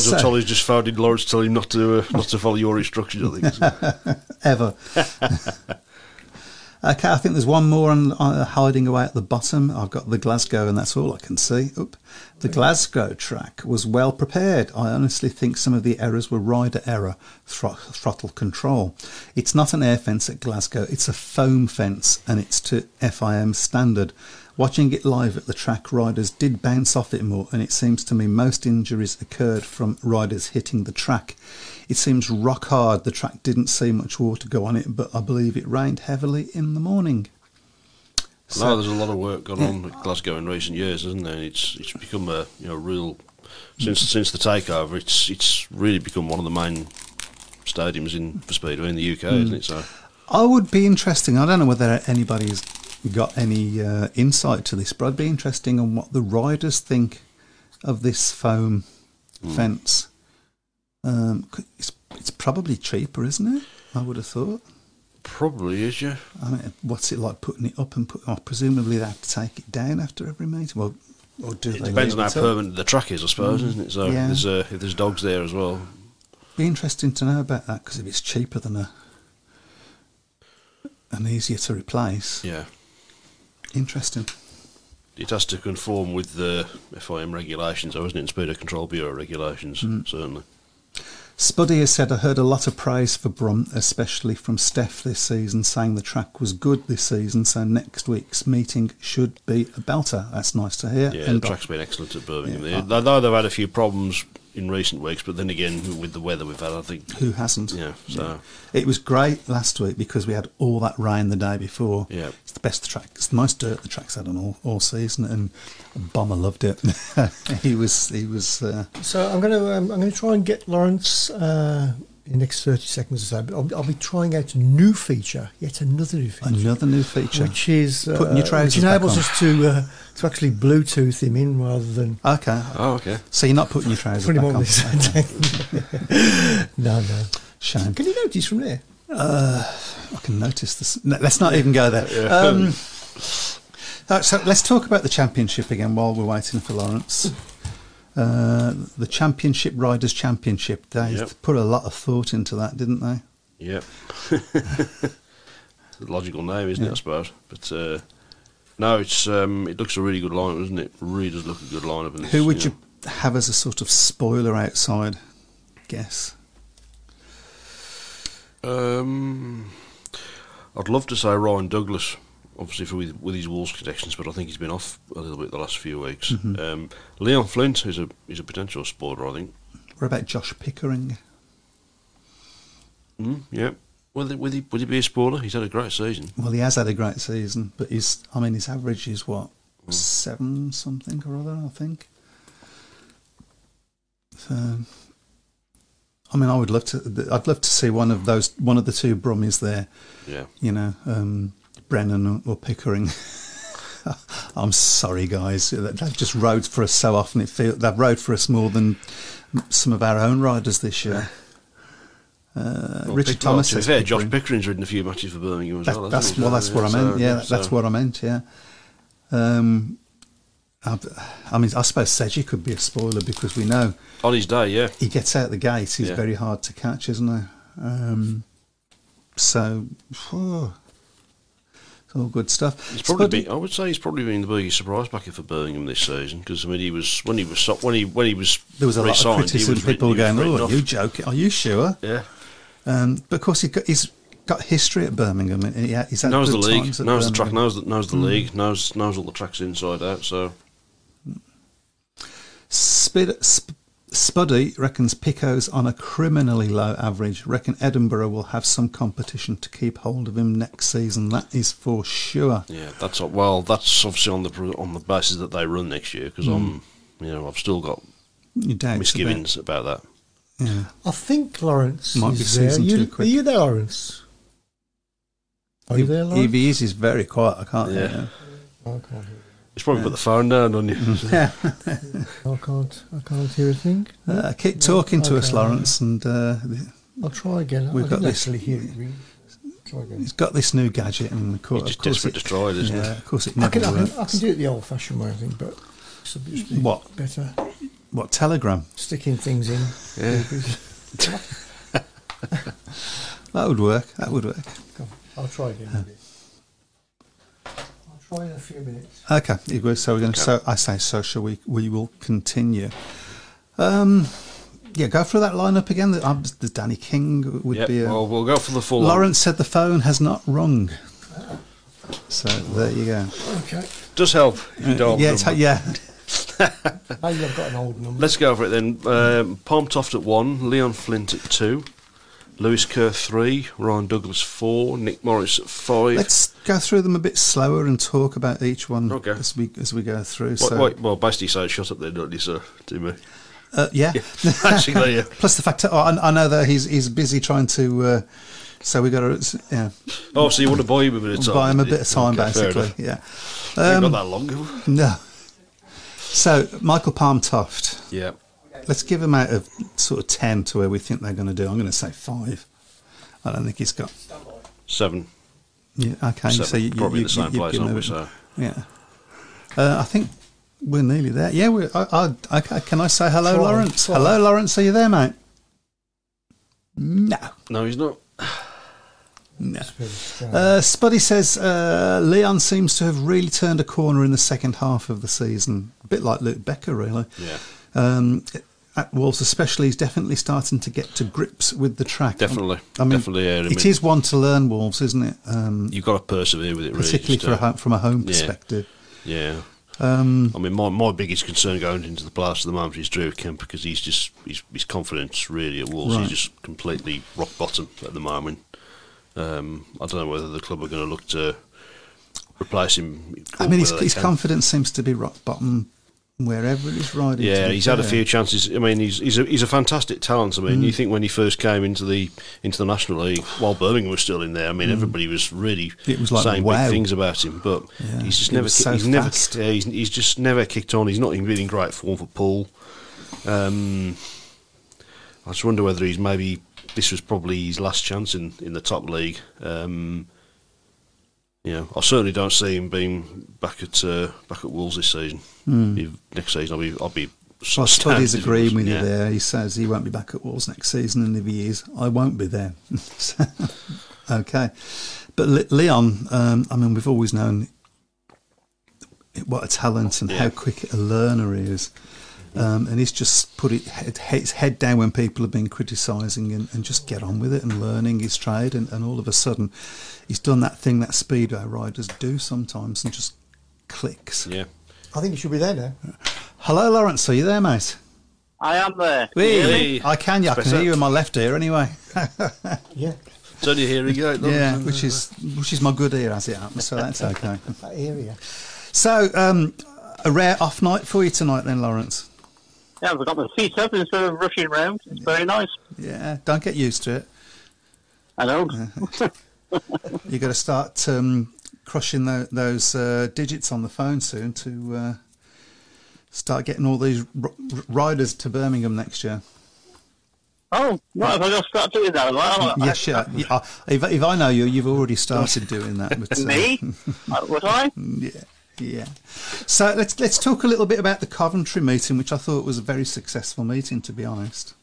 So-
Tolley's just founded Lawrence, tell him not to uh, not to follow your instructions. I think. So,
ever. okay, I think there's one more on, uh, hiding away at the bottom. I've got the Glasgow, and that's all I can see. Oop. The Glasgow track was well prepared. I honestly think some of the errors were rider error, thro- throttle control. It's not an air fence at Glasgow, it's a foam fence, and it's to FIM standard. Watching it live at the track, riders did bounce off it more, and it seems to me most injuries occurred from riders hitting the track. It seems rock hard. The track didn't see much water go on it, but I believe it rained heavily in the morning.
no, there's a lot of work gone on at Glasgow in recent years, isn't there? And it's it's become a you know real since since the takeover. It's it's really become one of the main stadiums in for speedway in the UK, isn't it? So.
I would be interesting. I don't know whether anybody's got any uh, insight to this, but I'd be interesting on what the riders think of this foam
Hmm.
fence. Um, c- it's, it's probably cheaper, isn't it? I would have thought.
Probably is, yeah.
I mean, what's it like putting it up and put? Oh, presumably they have to take it down after every meeting. Well, or do
It
they
depends on
leave
how
it up?
permanent the track is, I suppose, isn't it? So
Yeah.
if, there's, uh, if there's dogs there as well,
Be interesting to know about that because if it's cheaper than a and easier to replace,
yeah.
interesting.
it has to conform with the FIM regulations, though, isn't it? Speed of Control Bureau regulations,
Mm.
certainly.
Spuddy has said, I heard a lot of praise for Brunt, especially from Steph this season, saying the track was good this season, so next week's meeting should be a belter. That's nice to hear.
Yeah,
And
the track's been excellent at Birmingham.
Yeah.
They- I know they've had a few problems in recent weeks, but then again, with the weather we've had, I think,
who hasn't?
yeah, so
It was great last week because we had all that rain the day before.
Yeah.
It's the best track. It's the most dirt the track's had on all, all season, and Bomber loved it. he was he was uh,
So I'm going to um, I'm going to try and get Lawrence uh, in the next 30 seconds or so. But I'll, I'll be trying out a new feature, yet another new feature,
another new feature.
which is uh,
Putting your trousers
which
back
enables
on.
us to uh, to actually Bluetooth him in rather than
okay,
Oh, okay.
so you're not putting your trousers
put him
back
on
on.
this. no, no.
Shame.
Can you notice from there?
I can notice this. No, let's not even go there. Um, uh, so let's talk about the championship again while we're waiting for Lawrence. Uh, the Championship Riders Championship. They
Yep.
put a lot of thought into that, didn't they?
Yep. it's a logical name, isn't it?
Yeah.
I suppose. But uh, no, it's um, it looks a really good lineup, doesn't it? Really does look a good lineup. And
Who
it's,
would
know,
you have as a sort of spoiler outside guess?
Um, I'd love to say Ryan Douglas, obviously for with, with his Wolves connections, but I think he's been off a little bit the last few weeks.
Mm-hmm.
Um, Leon Flint is a is a potential spoiler, I think.
What about Josh Pickering?
Mm, yeah. Well, would he would he be a spoiler? He's had a great season.
Well, he has had a great season, but his I mean his average is what
Hmm.
seven something or other, I think. So, I mean, I would love to. I'd love to see one of those, one of the two Brummies there.
Yeah.
You know, um, Brennan or, or Pickering. I'm sorry, guys. They- They've just rode for us so often. It feel they've rode for us more than some of our own riders this year. Uh,
Well,
Richard
Pick- well,
Thomas.
To be
says
fair, Josh
Pickering.
Pickering's ridden a few matches for Birmingham as
That,
well.
that's
hasn't he?
well,
So,
that's what I meant. Yeah, that- that's
so-
what I meant. Yeah. Um, I, I mean, I suppose Seji could be a spoiler because we know
On his day, yeah.
he gets out the gate. He's
Yeah.
very hard to catch, isn't he? Um, so, phew, it's all good stuff.
He's probably
Spuddy-
been, I would say he's probably been the biggest surprise packet for Birmingham this season because I mean he was when he was so- when he when he was
there was a lot of
re-signed, he
criticism.
was written-
people
he was
going,
written
"Oh,
off."
are you joking? Are you sure?"
yeah
Um, but of course, he got, he's got history at Birmingham, and he, he's had
knows the
good
league
times at Mm.
knows the track
Birmingham.
knows the, knows the league knows knows all the tracks inside out so
Spid, sp, Spuddy reckons Pico's on a criminally low average. Reckon Edinburgh will have some competition to keep hold of him next season. That is for sure.
yeah that's all- well that's obviously on the pro- on the basis that they run next year because
Mm.
I'm you know I've still got
You doubt
misgivings about that
Yeah.
I think Lawrence
Might
is
be
there.
season
you,
too quick.
Are you there, Lawrence? Are you there,
If- If
Lawrence?
he is, he's very quiet. I can't
Yeah.
hear.
I can't hear.
it's probably put the phone down on you
Yeah.
I can't. I can't hear a thing.
Uh, keep talking to us,
Okay.
Lawrence, and uh, th-
I'll try again.
We've
I
got
didn't
this-
actually hear it ring. Try again.
he's got this new gadget, and of course,
He's just
of course
desperate to try it, isn't he?
yeah, Of course, it
I
never
can, I,
works.
can, I can do it the old-fashioned way, I think, but it's a bit bit
What?
better
What Telegram?
sticking things in.
Yeah.
That would work. That would work.
Go on, I'll try again. with it. I'll try in a few minutes.
Okay, it was- so we're going to. So I say, so shall we? We will continue. Um, yeah, go through that lineup again. The, um, the Danny King would
yeah
be. uh, A,
well we'll go for the full
Lawrence said the phone has not rung. So there you go. Uh,
Okay.
does help if you don't
yeah, it's,
remember.
yeah.
Maybe I've got an old number.
Let's go for it then. Um, Palm Toft at one, Leon Flint at two, Lewis Kerr three, Ryan Douglas four, Nick Morris at 5
Let's go through them a bit slower and talk about each one
Okay.
as we as we go through.
Wait,
so
wait, well, basically, say shut up there, don't you, sir? Do me.
Uh, yeah.
Actually, yeah.
Plus the fact, that- oh, I, I know that he's he's busy trying to. Uh, so we got to yeah,
Oh, so you want to buy him a bit of time?
buy him a
did you?
bit of time,
Okay, fair
basically.
enough.
Yeah.
Ain't
Um,
got that long.
No. So Michael Palm Tuft.
Yeah.
Let's give him out of sort of ten to where we think they're going to do. I'm going to say five. I don't think he's got.
Seven.
Yeah, okay.
Seven.
So you, you-
Probably
you-
the same
you-
place,
you
aren't we?
move it.
So.
Yeah. Uh, I think we're nearly there. Yeah. We're. I, I, okay. Can I say hello,
Try,
Lawrence?
try.
Hello, Lawrence. Are you there, mate? No.
No, he's not.
No.
Pretty strong.
Uh, Spuddy says uh, Leon seems to have really turned a corner in the second half of the season, a bit like Luke Becker, really.
Yeah.
Um, at Wolves, especially, he's definitely starting to get to grips with the track.
Definitely.
I mean,
Definitely, yeah, I
it
mean-
is one to learn, Wolves, isn't it? Um,
You've got to persevere with it, really.
particularly
just,
for a
uh,
ho- from a home Um,
yeah.
perspective.
Yeah. I mean, my, my biggest concern going into the playoffs at the moment is Drew Kemp because he's just his, his confidence really at Wolves.
Right.
He's just completely rock bottom at the moment. Um, I don't know whether the club are going to look to replace him.
I mean, his,
whether they
his
can.
confidence seems to be rock bottom wherever he's riding. to
Yeah,
be
he's had a
fair. Mm.
few chances. I mean, he's he's a, he's a fantastic talent. I mean, you think when he first came into the into the National League, while Birmingham was still in there, I mean, everybody was really
Mm. It was like,
saying
wow.
big things about him. But
Yeah,
he's just
he
never
was
ki-
so
he's
fast.
never yeah, he's, he's just never kicked on. He's not even been in great form for Paul. Um, I just wonder whether he's maybe this was probably his last chance in in the top league. Um, you know, I certainly don't see him being back at uh, back at Wolves this season.
Hmm.
If- next season, I'll be I'll be.
Well, Studdy's
astounded if he
agreeing with
wasn't,
you
yeah.
there. He says he won't be back at Wolves next season, and if he is, I won't be there. So, okay, but Le- Leon, um, I mean, we've always known what a talent and how
Yeah.
quick a learner he is, um, and he's just put it head, his head down when people have been criticising and, and just get on with it and learning his trade, and, and all of a sudden, he's done that thing that speedway riders do sometimes and just clicks.
Yeah.
I think it should be there now.
Hello, Lawrence, are you there, mate?
I am uh, there.
Really?
I can, yeah, I can
Better.
hear you in my left ear anyway.
Yeah,
It's only here you go. look.
Yeah, which is which is my good ear as it happens, so that's okay.
that area.
So, um, a rare off night for you tonight, then, Lawrence.
Yeah, I've got my feet up instead of rushing round. It's very nice.
Yeah, don't get used to it.
I know.
You got to start um, crushing tho- those uh, digits on the phone soon to uh, start getting all these r- r- riders to Birmingham next year.
oh, right, if I just start doing that, well, I,
Yes, yeah. yeah. I- If, if I know you, you've already started doing that. But, uh,
me? Uh, was I?
Yeah, yeah. So let's let's talk a little bit about the Coventry meeting, which I thought was a very successful meeting, to be honest.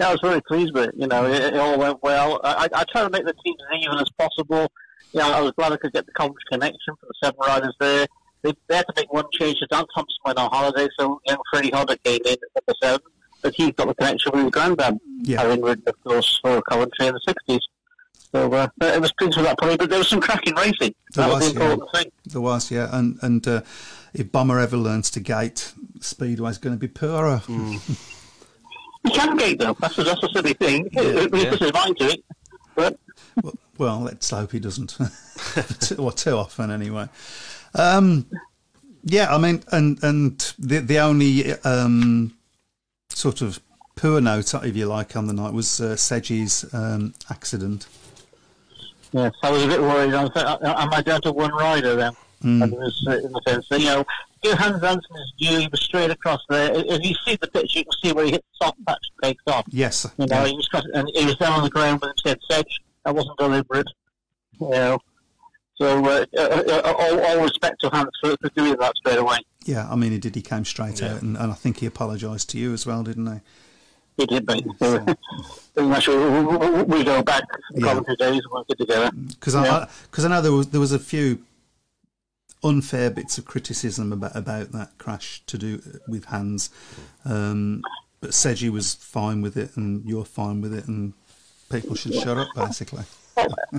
Yeah, I was very pleased with it. You know, it, it all went well. I, I, I tried to make the teams as even as possible. You know, I was glad I could get the Coventry connection for the seven riders there. They, they had to make one change. So Dan Thompson went on holiday, so you know, Freddie Hodder came in at number seven. But he's got the connection with his granddad,
Yeah.
having ridden, of course, for Coventry in the 60s. So uh, it was pleased with that point, but there was some cracking racing.
There
That was,
was,
the
yeah.
important thing.
There was, yeah, and and uh, if Bomber ever learns to gate, Speedway's going to be poorer.
You can gate though. That's a, that's a silly thing. it was
yeah.
just mine to it. But
Well, well, let's hope he doesn't, too, or too often anyway. Um, yeah, I mean, and and the the only um, sort of poor note, if you like, on the night was uh, Seji's um, accident.
yes, I was a bit worried. I thought, am I down to one rider then? And it was, uh, in the sense that, you know, Johannes Hansen is due. He was straight across there. If if you see the picture, you can see where he hit the soft patch and takes off.
Yes,
You know, he was cross, and he was down on the ground with his head sedge. That wasn't deliberate. You know. So uh, uh, uh, all, all respect to Hans for, for doing that straight away.
Yeah, I mean, he did. He came straight out, and, and I think he apologised to you as well, didn't he?
He did, mate. So, pretty much we, we, we go back a
Yeah.
couple of days and work it together.
Because
Yeah.
I because I know there was there was a few unfair bits of criticism about about that crash to do uh, with hands, um, but Seji was fine with it, and you're fine with it, and people should shut up basically.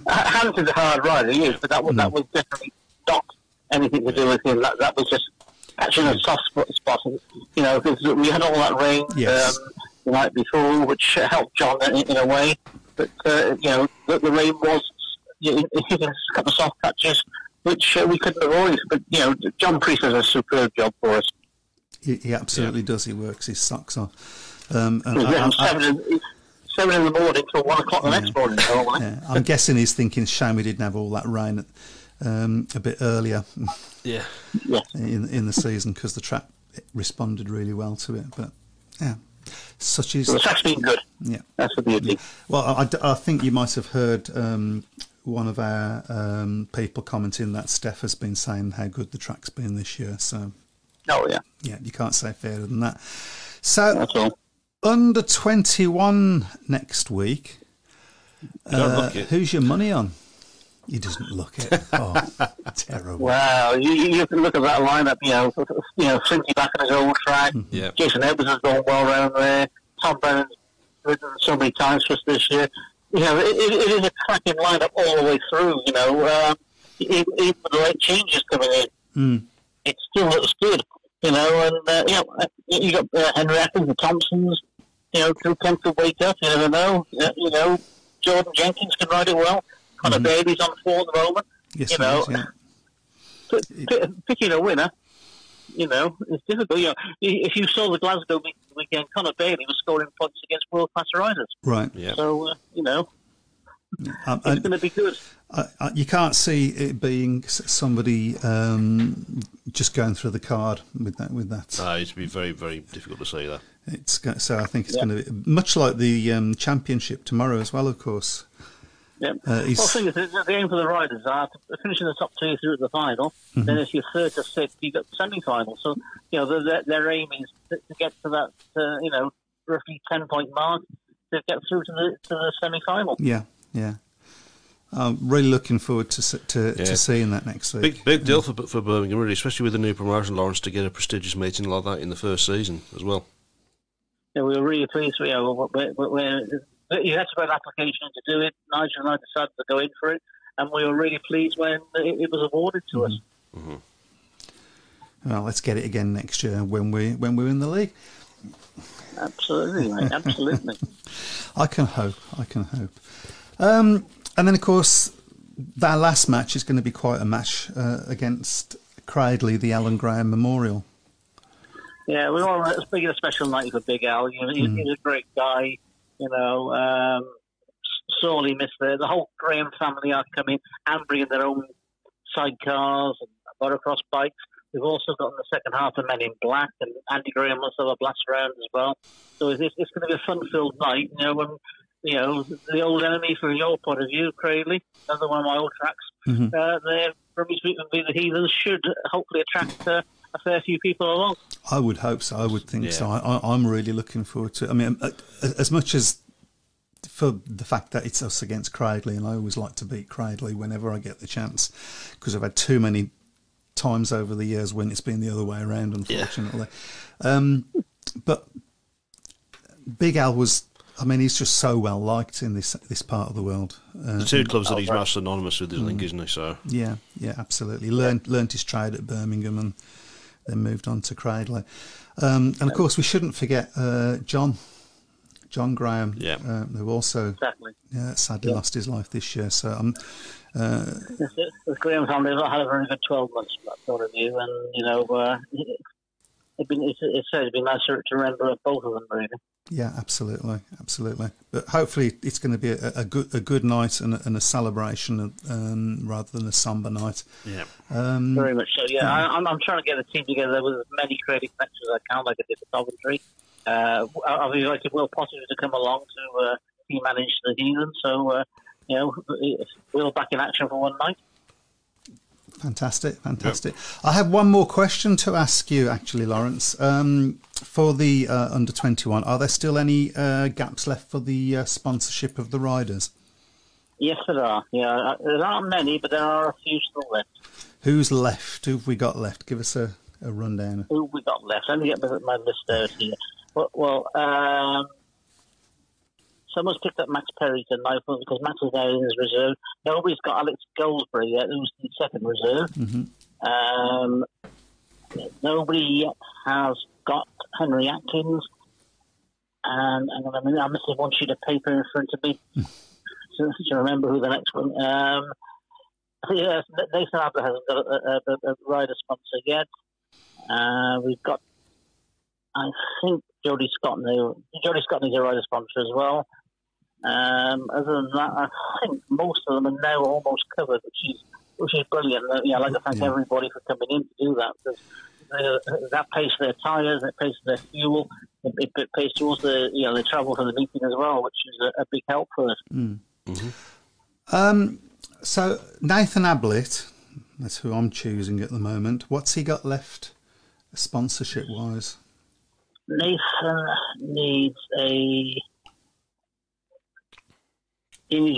Hans is a hard rider, he is, but that was, that
Hmm.
was definitely not anything to do with him. That, that was just catching a soft spot, spot and, you know, because we had all that rain
Yes.
um, the night before, which helped John in, in a way. But, uh, you know, the, the rain was you know, it hit us a couple of soft patches, which uh, we couldn't avoid. But, you know, John Priest does a superb job for us.
He, he absolutely does. He works his socks off. Um, and
He
I,
was there from
I, I,
seven, in, seven in the morning till one o'clock the next morning. normally.
yeah, I'm guessing he's thinking, shame we didn't have all that rain um, a bit earlier.
Yeah.
in in the season because the trap responded really well to it. But yeah, such
So
is
The track's been good.
yeah.
That's the beauty.
Well, I, I- I think you might have heard um, one of our um, people commenting that Steph has been saying how good the track's been this year. So
Oh, yeah.
yeah, you can't say fairer than that. So
That's all.
under twenty one next week. uh,
don't look it.
who's your money on? He doesn't look it. Oh, terrible.
Wow, you, you you can look at that lineup. You know, you know, Cincy back on his old
Hmm.
track.
Yeah.
Jason Edwards has gone well round there. Tom Brennan's ridden so many times for us this year. You know, it, it, it is a cracking lineup all the way through. You know, um, even, even with the late changes coming in,
Mm.
it still looks good. You know, and uh, you know, uh, you got uh, Henry Atkins, the Thompsons. You know, Drew Kemp could wake up. You never know. Uh, You know, Jordan Jenkins can ride it well. Connor Bailey's on four at the moment.
Hmm. Yes,
you
he is,
know,
yeah.
P- p- picking a winner, you know, it's difficult. You know, i- if you saw the Glasgow week- weekend, Connor Bailey was scoring points against world class riders.
Right.
Yeah.
So, uh, you know,
Um,
it's
and-
going to be good.
I, I, you can't see it being s- somebody um, just going through the card with that. With that,
No, it'd be Ah, very, very difficult to say that.
it's go- so I think it's
Yeah.
going to be much like the um, championship tomorrow as well. Of course,
Yeah.
Uh, he's-
well, the thing is, the the aim for the riders are to finish in the top two through to the final.
Mm-hmm.
Then, if you're third to sixth, you got semi final. So, you know, their- their, their aim is to, to get to that, uh, you know, roughly 10 point mark to get through to the, to the semi final.
yeah, yeah. I'm really looking forward to se- to,
Yeah.
to seeing that next week.
Big, big deal for for Birmingham, really, especially with the new promotion, Lawrence, to get a prestigious meeting like that in the first season as well.
Yeah, we were really pleased. You know, we, we, we, you had to put an application to do it. Nigel and I decided to go in for it, and we were really pleased when it, it was awarded to us.
Well, let's get it again next year when we when we're in the league.
Absolutely, mate, absolutely.
I can hope. I can hope. Um, and then, of course, that last match is going to be quite a match uh, against Cradley, the Alan Graham Memorial.
yeah, we want to speak of a special night for Big Al. You know, he's, he's a great guy. You know, um, sorely missed there. The whole Graham family are coming and bringing their own sidecars and motocross bikes. We've also got in the second half the Men in Black, and Andy Graham wants to have a blast round as well. So it's, it's going to be a fun-filled night. You know, when you know the old enemy from your point of view, Crayley, another one of my old tracks.
Mhm.
Uh, there, Rummy's Meet and Be the Heathens should hopefully attract uh, a fair few people along.
I would hope so. I would think so.
Yeah.
I, I, I'm really looking forward to it. I mean, a- a- as much as for the fact that it's us against Cradley, and I always like to beat Cradley whenever I get the chance, because I've had too many times over the years when it's been the other way around, unfortunately. Um, but Big Al was, I mean, he's just so well liked in this this part of the world. Uh,
The two clubs that he's most synonymous with, I think, isn't he? So,
yeah, yeah, absolutely. Learned learned his trade at Birmingham and then moved on to Cradley. Um, and of course, we shouldn't forget uh, John, John Graham,
Yeah.
um, who also
Exactly.
yeah, sadly lost his life this year. So um,
The the Graham family have had a very good 12 months from that point of view, and, you know, uh, it'd been, it's, it's, it'd be nice to remember both of them, really.
yeah, absolutely, absolutely. But hopefully, it's going to be a, a good a good night and a, and a celebration um, rather than a somber night.
yeah.
Um,
Very much so, yeah. I, I'm, I'm trying to get a team together with as many creative matches as I can, like I did for Coventry. Uh, I- I've invited Will Potter to come along to uh, he manage the Heathen, so, uh, you know, we'll back in action for one night.
Fantastic, fantastic. I have one more question to ask you, actually, Lawrence. Um, for the uh, under twenty one, are there still any uh, gaps left for the uh, sponsorship of the riders?
Yes, there are. Yeah, there aren't many, but there are a few still left.
Who's left? Who've we got left? Give us a, a rundown.
who we got left. Let me get my, my list out here. Well, well um, someone's picked up Max Perry tonight but- because Max is now in his reserve. Nobody's got Alex Goldsberry yet, who's the second reserve. Um, nobody has got Henry Atkins. And, and I mean, I'm missing one sheet of paper in front of me to, to remember who the next one. Um, yes, Nathan Abler hasn't got a, a, a, a rider sponsor yet. Uh, we've got, I think Jody Scott. Now, Jody Scott is a rider sponsor as well. Um, other than that, I think most of them are now almost covered, which is which is brilliant. Uh, Yeah, I'd like to thank
Yeah.
everybody for coming in to do that because uh, that pays for their tyres, it pays for their fuel, it, it, it pays towards the you know the travel for the meeting as well, which is a, a big help for us.
Um, so Nathan Ablett, that's who I'm choosing at the moment. What's he got left, sponsorship wise?
Nathan needs a. Jimmy's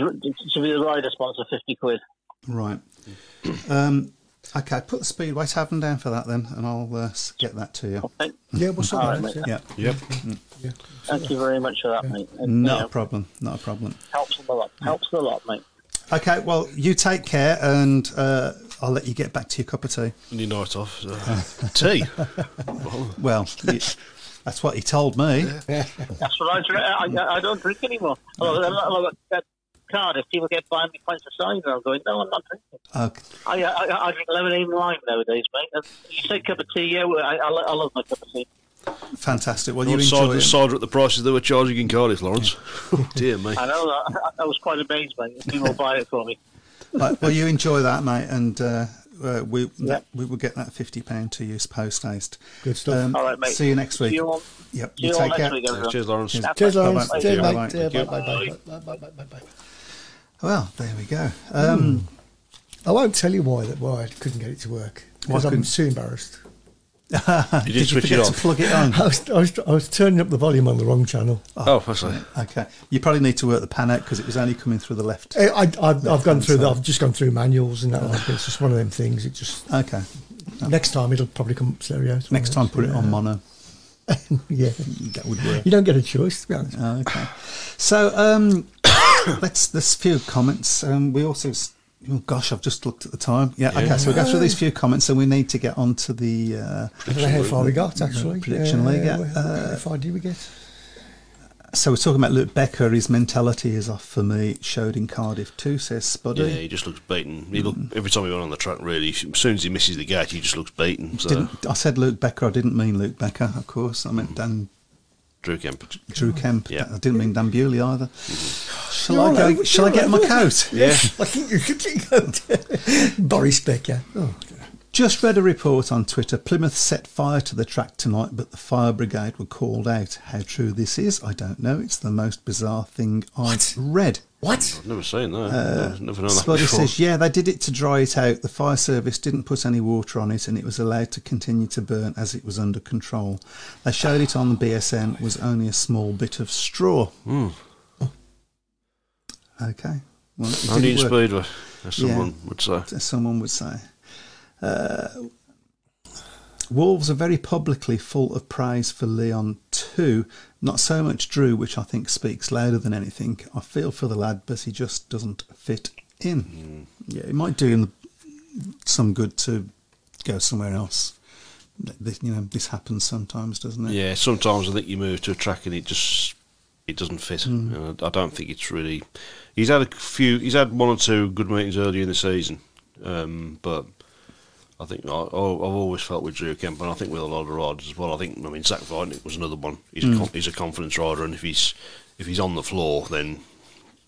to be the rider sponsor fifty quid.
Right. Um, okay, put the Speedway Tavern down for that then, and I'll uh, s- get that to you.
Thank,
Yeah, we'll
All
sort
right,
that
mate.
out.
Yeah,
Yep.
Yeah.
thank you very much for that, mate. It, you
not
know,
a problem. Not a problem.
helps them a lot. Helps them a lot, mate.
Okay, well, you take care, and uh, I'll let you get back to your cup of tea.
And your night off. so- Tea. Well,
Well, y that's what he told me.
That's what I drink. I, I- I don't drink anymore. Well, I- I- I- at uh, Cardiff, people get buying me pints of cider. I'm going, no, I'm not drinking.
Okay.
I, I, I drink lemonade and lime nowadays, mate. And you say cup of tea, yeah, well, I, I, lo- I love my cup of tea.
Fantastic. Well, you
you
enjoy
cider,
it.
cider at the prices they were charging in Cardiff, Lawrence. Dear me.
I know that. I, I was quite amazed, mate. People buy it for me.
Right, well, you enjoy that, mate, and uh, uh, we
Yeah.
we will get that fifty pound to you post haste.
Good stuff.
Um,
All right, mate.
See you next week.
See you all,
yep.
see you all next week, everyone.
Cheers, Lawrence.
Have
Cheers,
a-
Lawrence.
Bye-bye.
Cheers,
Bye-bye.
mate. Yeah, Bye,
Thank
bye, bye, bye, bye, bye, bye, bye.
Well, there we go. Um,
I won't tell you why that why I couldn't get it to work
Why
because I'm
couldn't-
too embarrassed.
You
Did
did
you
switch it
forget to
off.
plug it on?
I was, I, was, I was turning up the volume on the wrong channel.
Oh, that's right.
Okay, you probably need to work the pan out because it was only coming through the left.
I, I, I've, I've gone
hand
through. The,
side.
I've just gone through manuals and that. Like, it's just one of them things. It just
Okay,
next time it'll probably come up stereo. so
next time put it on
yeah.
mono.
yeah,
That would work.
you don't get a choice to be honest.
Okay. So um, let's. There's a few comments. Um, we also. s- Oh gosh, I've just looked at the time. Yeah. Okay. So we go through these few comments, and we need to get on to the. Uh,
I don't know how far we got actually.
Prediction
Uh,
league, yeah.
well, How far did we get?
so we're talking about Luke Becker. His mentality is off for me. It showed in Cardiff too, says Spuddy.
Yeah, he just looks beaten. He look every time he went on the track. Really, as soon as he misses the gate, he just looks beaten. So
Didn't, I said Luke Becker. I didn't mean Luke Becker, of course. I meant Dan
Drew Kemp.
Drew Kemp.
Yeah. Mm-hmm.
I didn't mean Dan Bewley either. Shall
You're all
I go?
right,
Shall I
you're
get
all
my
right.
coat?
Yeah.
I think you could keep going. Boris Becker. Oh,
Just read a report on Twitter. Plymouth set fire to the track tonight, but the fire brigade were called out. How true this is, I don't know. It's the most bizarre thing I've read.
what?
I've never seen that. I've never known that
Spuddy
before.
Uh, says, yeah, they did it to dry it out. The fire service didn't put any water on it and it was allowed to continue to burn as it was under control. They showed it on the BSN, was only a small bit of straw.
Hmm.
Okay. Well, it
Only in
didn't work,
Speedway, as someone would say.
as someone would say. Uh, Wolves are very publicly full of praise for Leon too. Not so much Drew, which I think speaks louder than anything. I feel for the lad, but he just doesn't fit in.
Hmm.
Yeah, it might do him some good to go somewhere else. Th- th- You know, this happens sometimes, doesn't it?
Yeah, sometimes I think you move to a track and it just it doesn't fit.
Hmm.
And I, I don't think it's really. He's had a few. He's had one or two good meetings earlier in the season, um, but I think I, I- I've always felt with Drew Kemp, and I think with a lot of riders as well. I think I mean Zach Vine was another one. He's
Hmm.
a con- he's a confidence rider, and if he's if he's on the floor, then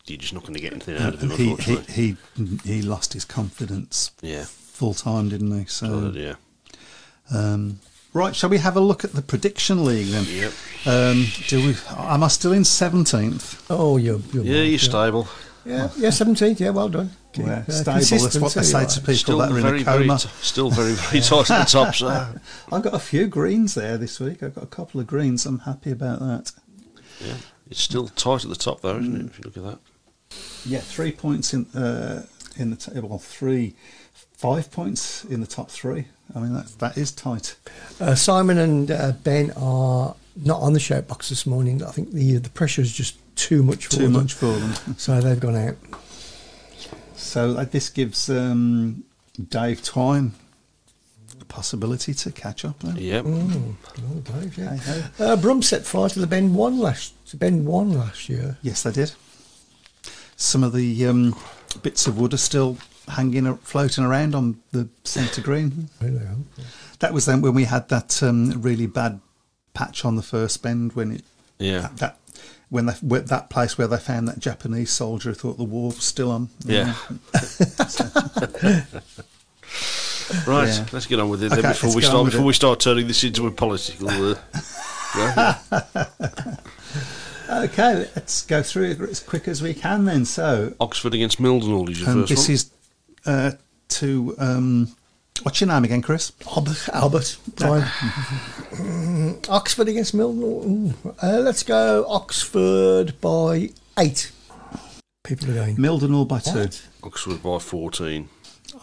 you're just not going to get anything out of
And
him.
Uh, he, he,
Unfortunately,
he, he lost his confidence
yeah.
full time, didn't he? So,
yeah,
um, right, shall we have a look at the prediction league then?
yep.
Um, do we? Am I still in seventeenth?
Oh, you're, you're
yeah,
right,
he's stable.
yeah, yeah, 17th. Yeah, well done. Keep,
Yeah,
uh,
stable. That's what
consistency,
they say
right.
to people
Still
that are in
very,
a
very,
coma.
t- still very, very tight at the top. So.
I've got a few greens there this week. I've got a couple of greens. I'm happy about that.
Yeah, it's still tight at the top, though, isn't it? If you look at that.
Yeah, three points in uh, in the t- well, three, five points in the top three. I mean, that that is tight.
Uh, Simon and uh, Ben are not on the shout box this morning. I think the the pressure is just too much for
Too
them.
much for them.
So they've gone out.
So uh, this gives um, Dave Twine the possibility to catch up. Now.
Yep.
Mm.
Oh, oh, Dave, yeah.
Hey-ho.
Uh, Brum set fire to the Ben One last to Ben One last year.
Yes, they did. Some of the um, bits of wood are still hanging, ar- floating around on the centre green.
Mm-hmm.
I don't know.
That was then when we had that um, really bad patch on the first bend when it
Yeah.
that, that when they, where, that place where they found that Japanese soldier who thought the war was still on.
Yeah. right.
Yeah.
Let's get on with it
Okay,
then before
let's
we
get on
start
with
before
it.
we start turning this into a political. Uh, yeah.
Okay, let's go through it as quick as we can then. So
Oxford against Mildenhall is your
um,
first
this
one.
is uh, to um, what's your name again, Chris?
Albert, Albert, fine. Mm, Oxford against Milton. Uh, let's go Oxford by eight. people are going.
Milden all by two.
What?
Oxford by 14.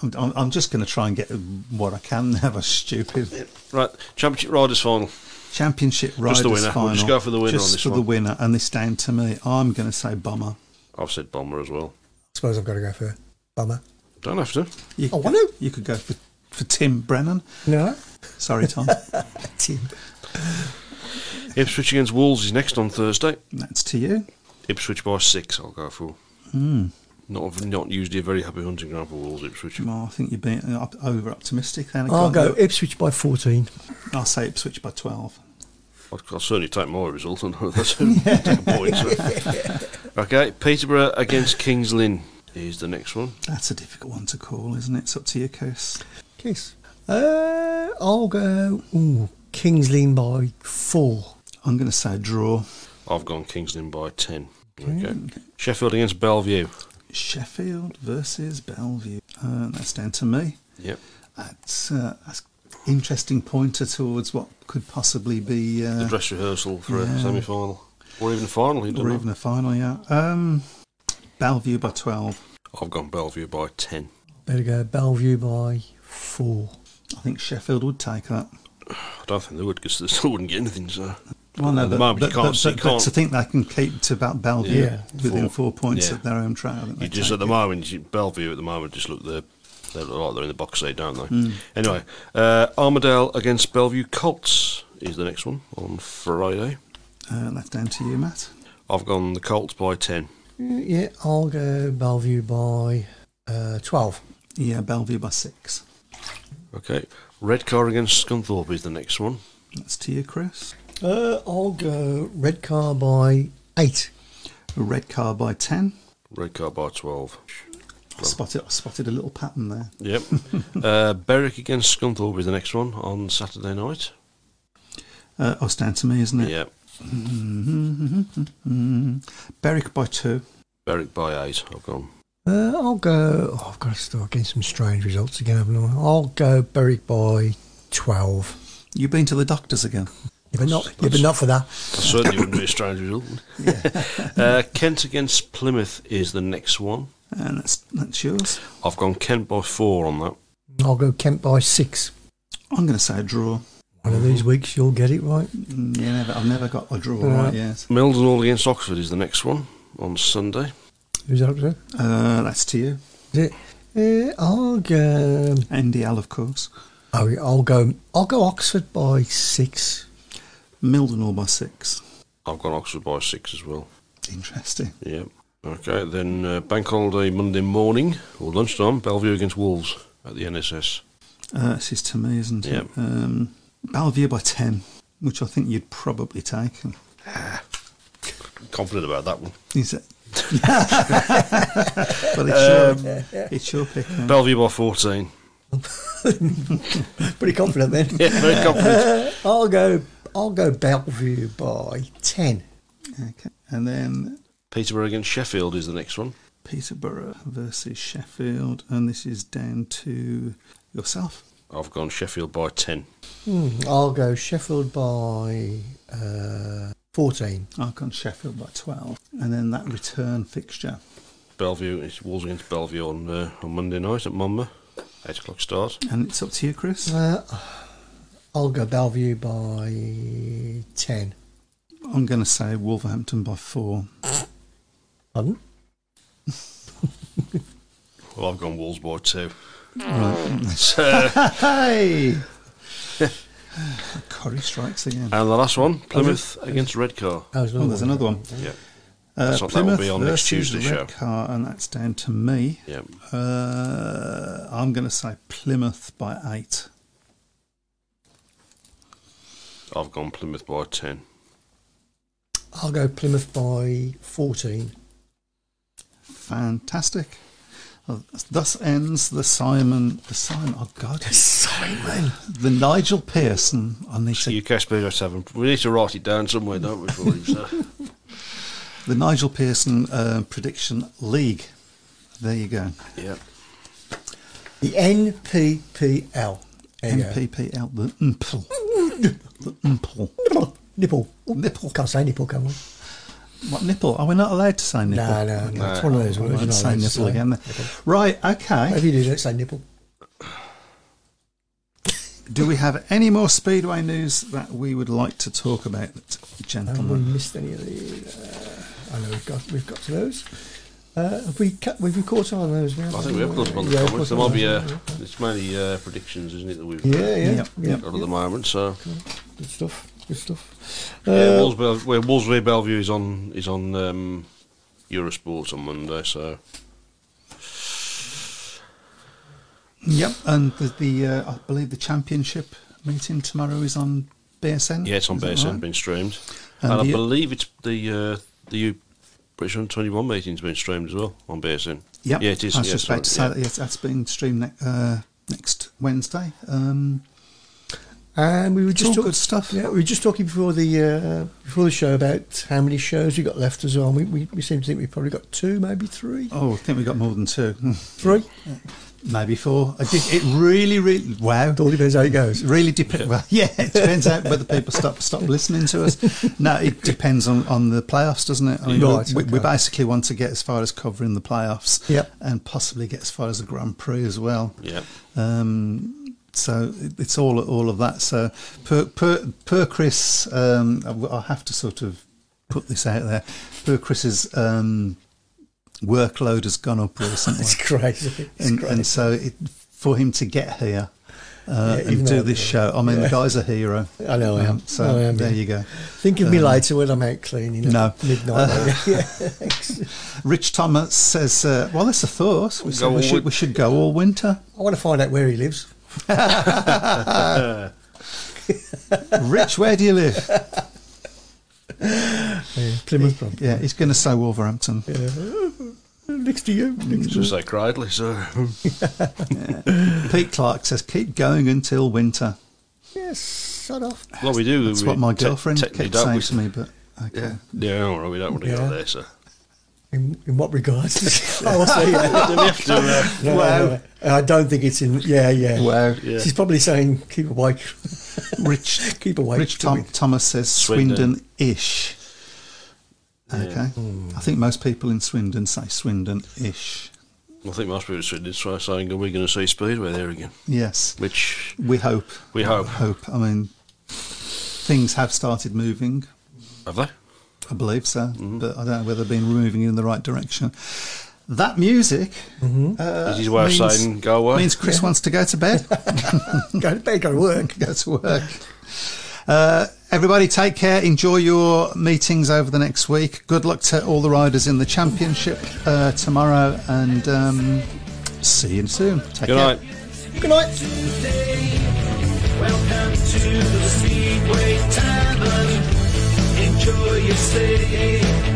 I'm, I'm, I'm just going to try and get what I can. Have a stupid
Right, Championship Riders final.
championship riders
the winner.
final.
We'll just go for the winner
Just
on this
for the
one.
winner, and this down to me. I'm going to say bomber.
I've said Bomber as well.
I suppose I've got to go for Bummer.
Don't have to.
You,
I wanna.
You could go for, for Tim Brennan.
No,
Sorry, Tom.
Tim.
Ipswich against Wolves is next on Thursday.
That's to you.
Ipswich by six, I'll go for.
Hmm.
Not not usually a very happy hunting ground for Wolves, Ipswich.
Well, I think you're being up, over optimistic then.
I'll
Can't
go Ipswich by 14.
you? I'll say Ipswich by 12.
I'd, I'll certainly take my result on that. Take a point, so. okay, Peterborough against Kings Lynn is the next one.
That's a difficult one to call, isn't it? It's up to you, Chris.
Kiss. Uh, I'll go ooh, Kings Lean by 4.
I'm going to say draw.
I've gone Kings Lynn by ten. Okay. Sheffield against Bellevue.
Sheffield versus Bellevue. Uh, that's down to me.
Yep.
That's uh, that's interesting pointer towards what could possibly be
The
uh,
dress rehearsal for
yeah.
a semi final. Or even final, you don't
or
know.
even a final. Yeah. Um, Bellevue by 12.
I've gone Bellevue by ten.
Better go Bellevue by 4.
I think Sheffield would take that.
I don't think they would because they still wouldn't get anything, so
Well, no,
At the
but,
moment, you
but,
can't
but,
see-
but- but
can't-
to think they can keep to about Bellevue
Yeah.
within four,
Four.
points
Yeah.
at their own trial. I think
You
they
just
take
at the
it.
moment, you, Bellevue at the moment just look they're they look like they're in the box seat, don't they?
Hmm.
Anyway, uh, Armadale against Bellevue Colts is the next one on Friday.
Uh, that's down to you, Matt.
I've gone the Colts by ten.
Yeah, I'll go Bellevue by uh, 12.
Yeah, Bellevue by six.
Okay, Redcar against Scunthorpe is the next one.
That's to you, Chris.
Uh, I'll go Red Car by 8.
Red car by ten.
Redcar by twelve.
I spotted, I spotted a little pattern there.
Yep. uh, Berwick against Scunthorpe is the next one on Saturday night.
Uh, oh, it's down to me, isn't it?
Yep.
Mm-hmm. Berwick by two.
Berwick by eight. I've gone.
Uh, I'll go. Oh, I've got to start getting some strange results again, haven't I? I'll go Berwick by 12.
You've been to the doctors again.
Yeah, but not, yeah, but not for that.
That certainly wouldn't be a strange result. uh, Kent against Plymouth is the next one.
And that's, that's yours.
I've gone Kent by four on that.
I'll go Kent by 6.
I'm going to say a draw.
One of these weeks you'll get it right.
Mm, Yeah, never, I've never got a draw
Yeah.
right yet.
Mildenhall against Oxford is the next one on Sunday.
Who's that up to?
Uh, that's to you.
Is it? Uh, I'll go.
NDL, of course.
Oh, yeah, I'll go. I'll go Oxford by six.
Mildenhall by six.
I've gone Oxford by six as well.
Interesting.
Yep. Okay, then uh, bank holiday Monday morning or lunchtime, Bellevue against Wolves at the NSS.
Uh, this is to me, isn't it?
Yep.
Um, Bellevue by 10, which I think you'd probably take.
Confident about that one.
Is it? but it's,
Um,
your, it's your pick. eh? then.
Bellevue by 14.
Pretty confident then.
Yeah, very confident.
I'll go. I'll go Bellevue by ten.
Okay. And then
Peterborough against Sheffield is the next one.
Peterborough versus Sheffield. And this is down to yourself.
I've gone Sheffield by 10.
Hmm, I'll go Sheffield by uh, fourteen.
I've gone Sheffield by 12. And then that return fixture.
Bellevue, it's Wolves against Bellevue on, uh, on Monday night at Monmouth. 8 o'clock start.
And it's up to you, Chris.
Uh, I'll go Bellevue by ten.
I'm going to say Wolverhampton by 4.
Pardon?
Well, I've gone Wolves by 2.
Right.
So,
Hey,
Curry strikes again.
and the last one, Plymouth against Redcar.
that was
Oh, there's another one.
Yeah.
Uh,
So that will be
Plymouth
on
versus
next Tuesday show.
Redcar, and that's down to me.
Yeah.
Uh, I'm going to say Plymouth by eight.
I've gone Plymouth by 10.
I'll go Plymouth by fourteen.
Fantastic. Well, thus ends the Simon. The Simon. Oh God,
Simon.
the Nigel Pearson. I need to,
UK Speedo 7. We need to write it down somewhere, don't we, for him? So.
the Nigel Pearson uh, prediction league. There you go.
yeah.
The NPPL. There you go.
MPPL. The umple. the umple.
Nipple. Nipple.
Nipple.
Can't say nipple, can we?
What nipple? Are we not allowed to say nipple?
No, no, no. It's one of those
We're allowed
words. you're
to
not
say
allowed to
nipple
say.
again. then. Right. Okay.
If you do, don't say nipple.
Do we have any more Speedway news that we would like to talk about,
Have we
gentlemen?
missed any of the? Uh, I know we've got we've got to those. Uh, have we ca- we've been caught on those.
I think we have got them on the
Yeah, we've caught
comments. There might
on
be
those,
uh, it's mainly uh, predictions, isn't it? That we've
Yeah, yeah, yeah.
Yep, yep.
got at the moment. So
Good stuff. Good stuff.
yeah,
Uh,
Wolves, well, Wolseley Bellevue is on is on um, Eurosport on Monday. So
Yep. And the, the uh, I believe the championship meeting tomorrow is on BSN.
yeah, it's on
is that
BSN
right?
being streamed,
And
and, I
the-
believe it's the uh, the U- British Under Twenty One meeting's been streamed as well on BSN.
Yep.
Yeah, it is.
I was
yeah,
just
sorry,
about to say
yeah.
that. Yes, that's being streamed ne- uh, next Wednesday. Um,
and we were just
all
talk-
good stuff.
Yeah, we were just talking before the uh, before the show about how many shows we got left as well. We, we, we seem to think we've probably got two, maybe three,
oh, I think we got more than two, Hmm,
three.
maybe four. I did- It really, really wow.
It all depends how it goes.
It really depends. Well, yeah, it depends out whether people stop stop listening to us. No, it depends on, on the playoffs, doesn't it? I mean,
Right,
we, we
okay.
basically want to get as far as covering the playoffs,
Yep.
and possibly get as far as the Grand Prix as well.
Yeah.
Um, so it- it's all all of that. So per per, per Chris, um, I w- I have to sort of put this out there. Per Chris's um, workload has gone up recently
It's crazy. It's
and,
crazy.
and so it, for him to get here uh,
Yeah, even
and do
though-
this show, I mean, the
yeah.
guy's a hero. Um,
I know I am.
so
I am,
there
yeah.
you go.
Think of me later when I'm out cleaning.
No.
at midnight. yeah.
Rich Thomas says, uh, "Well, that's a thought. We,
Go
said we
all
should
win-
we should go all winter."
I want to find out where he lives.
Rich, where do you live?
Plymouth, probably.
Yeah, he's going to say Wolverhampton.
eh, next to you. Next to
Just say Cridley. So
Pete Clark says, "Keep going until winter."
Yes, shut off.
well, we do.
That's
we
what my
te-
girlfriend
technically
kept
don't,
saying
we-
to me, but okay.
Yeah, yeah, all right, we don't want to
Yeah.
go there, so.
In, in what regards? oh, I see. Yeah.
we have to, uh,
No, no, no, no. I don't think it's in. Yeah, yeah.
Wow.
Yeah.
She's probably saying keep awake.
Rich
Keep awake.
Rich
till
Tom,
we-
Thomas says
Swindon. Hmm.
Swindon-ish. Okay, I think most people in Swindon say Swindon-ish.
I think most people should just try saying, are we going to see Speedway there again?
Yes,
Which
we hope.
we hope.
Hope. I mean, things have started moving.
Have they?
I believe so,
Mm-hmm.
but I don't know whether they've been moving in the right direction. That music uh,
Mm-hmm. Is his way of
means-
saying go away?
means Chris wants to go to bed,
Go to bed, go to work.
go to work. Uh, everybody, take care. Enjoy your meetings over the next week. Good luck to all the riders in the championship uh, tomorrow, and um, see you soon. Take
Good
care.
night.
Good night.
Welcome to the Speedway Tavern. Enjoy your stay.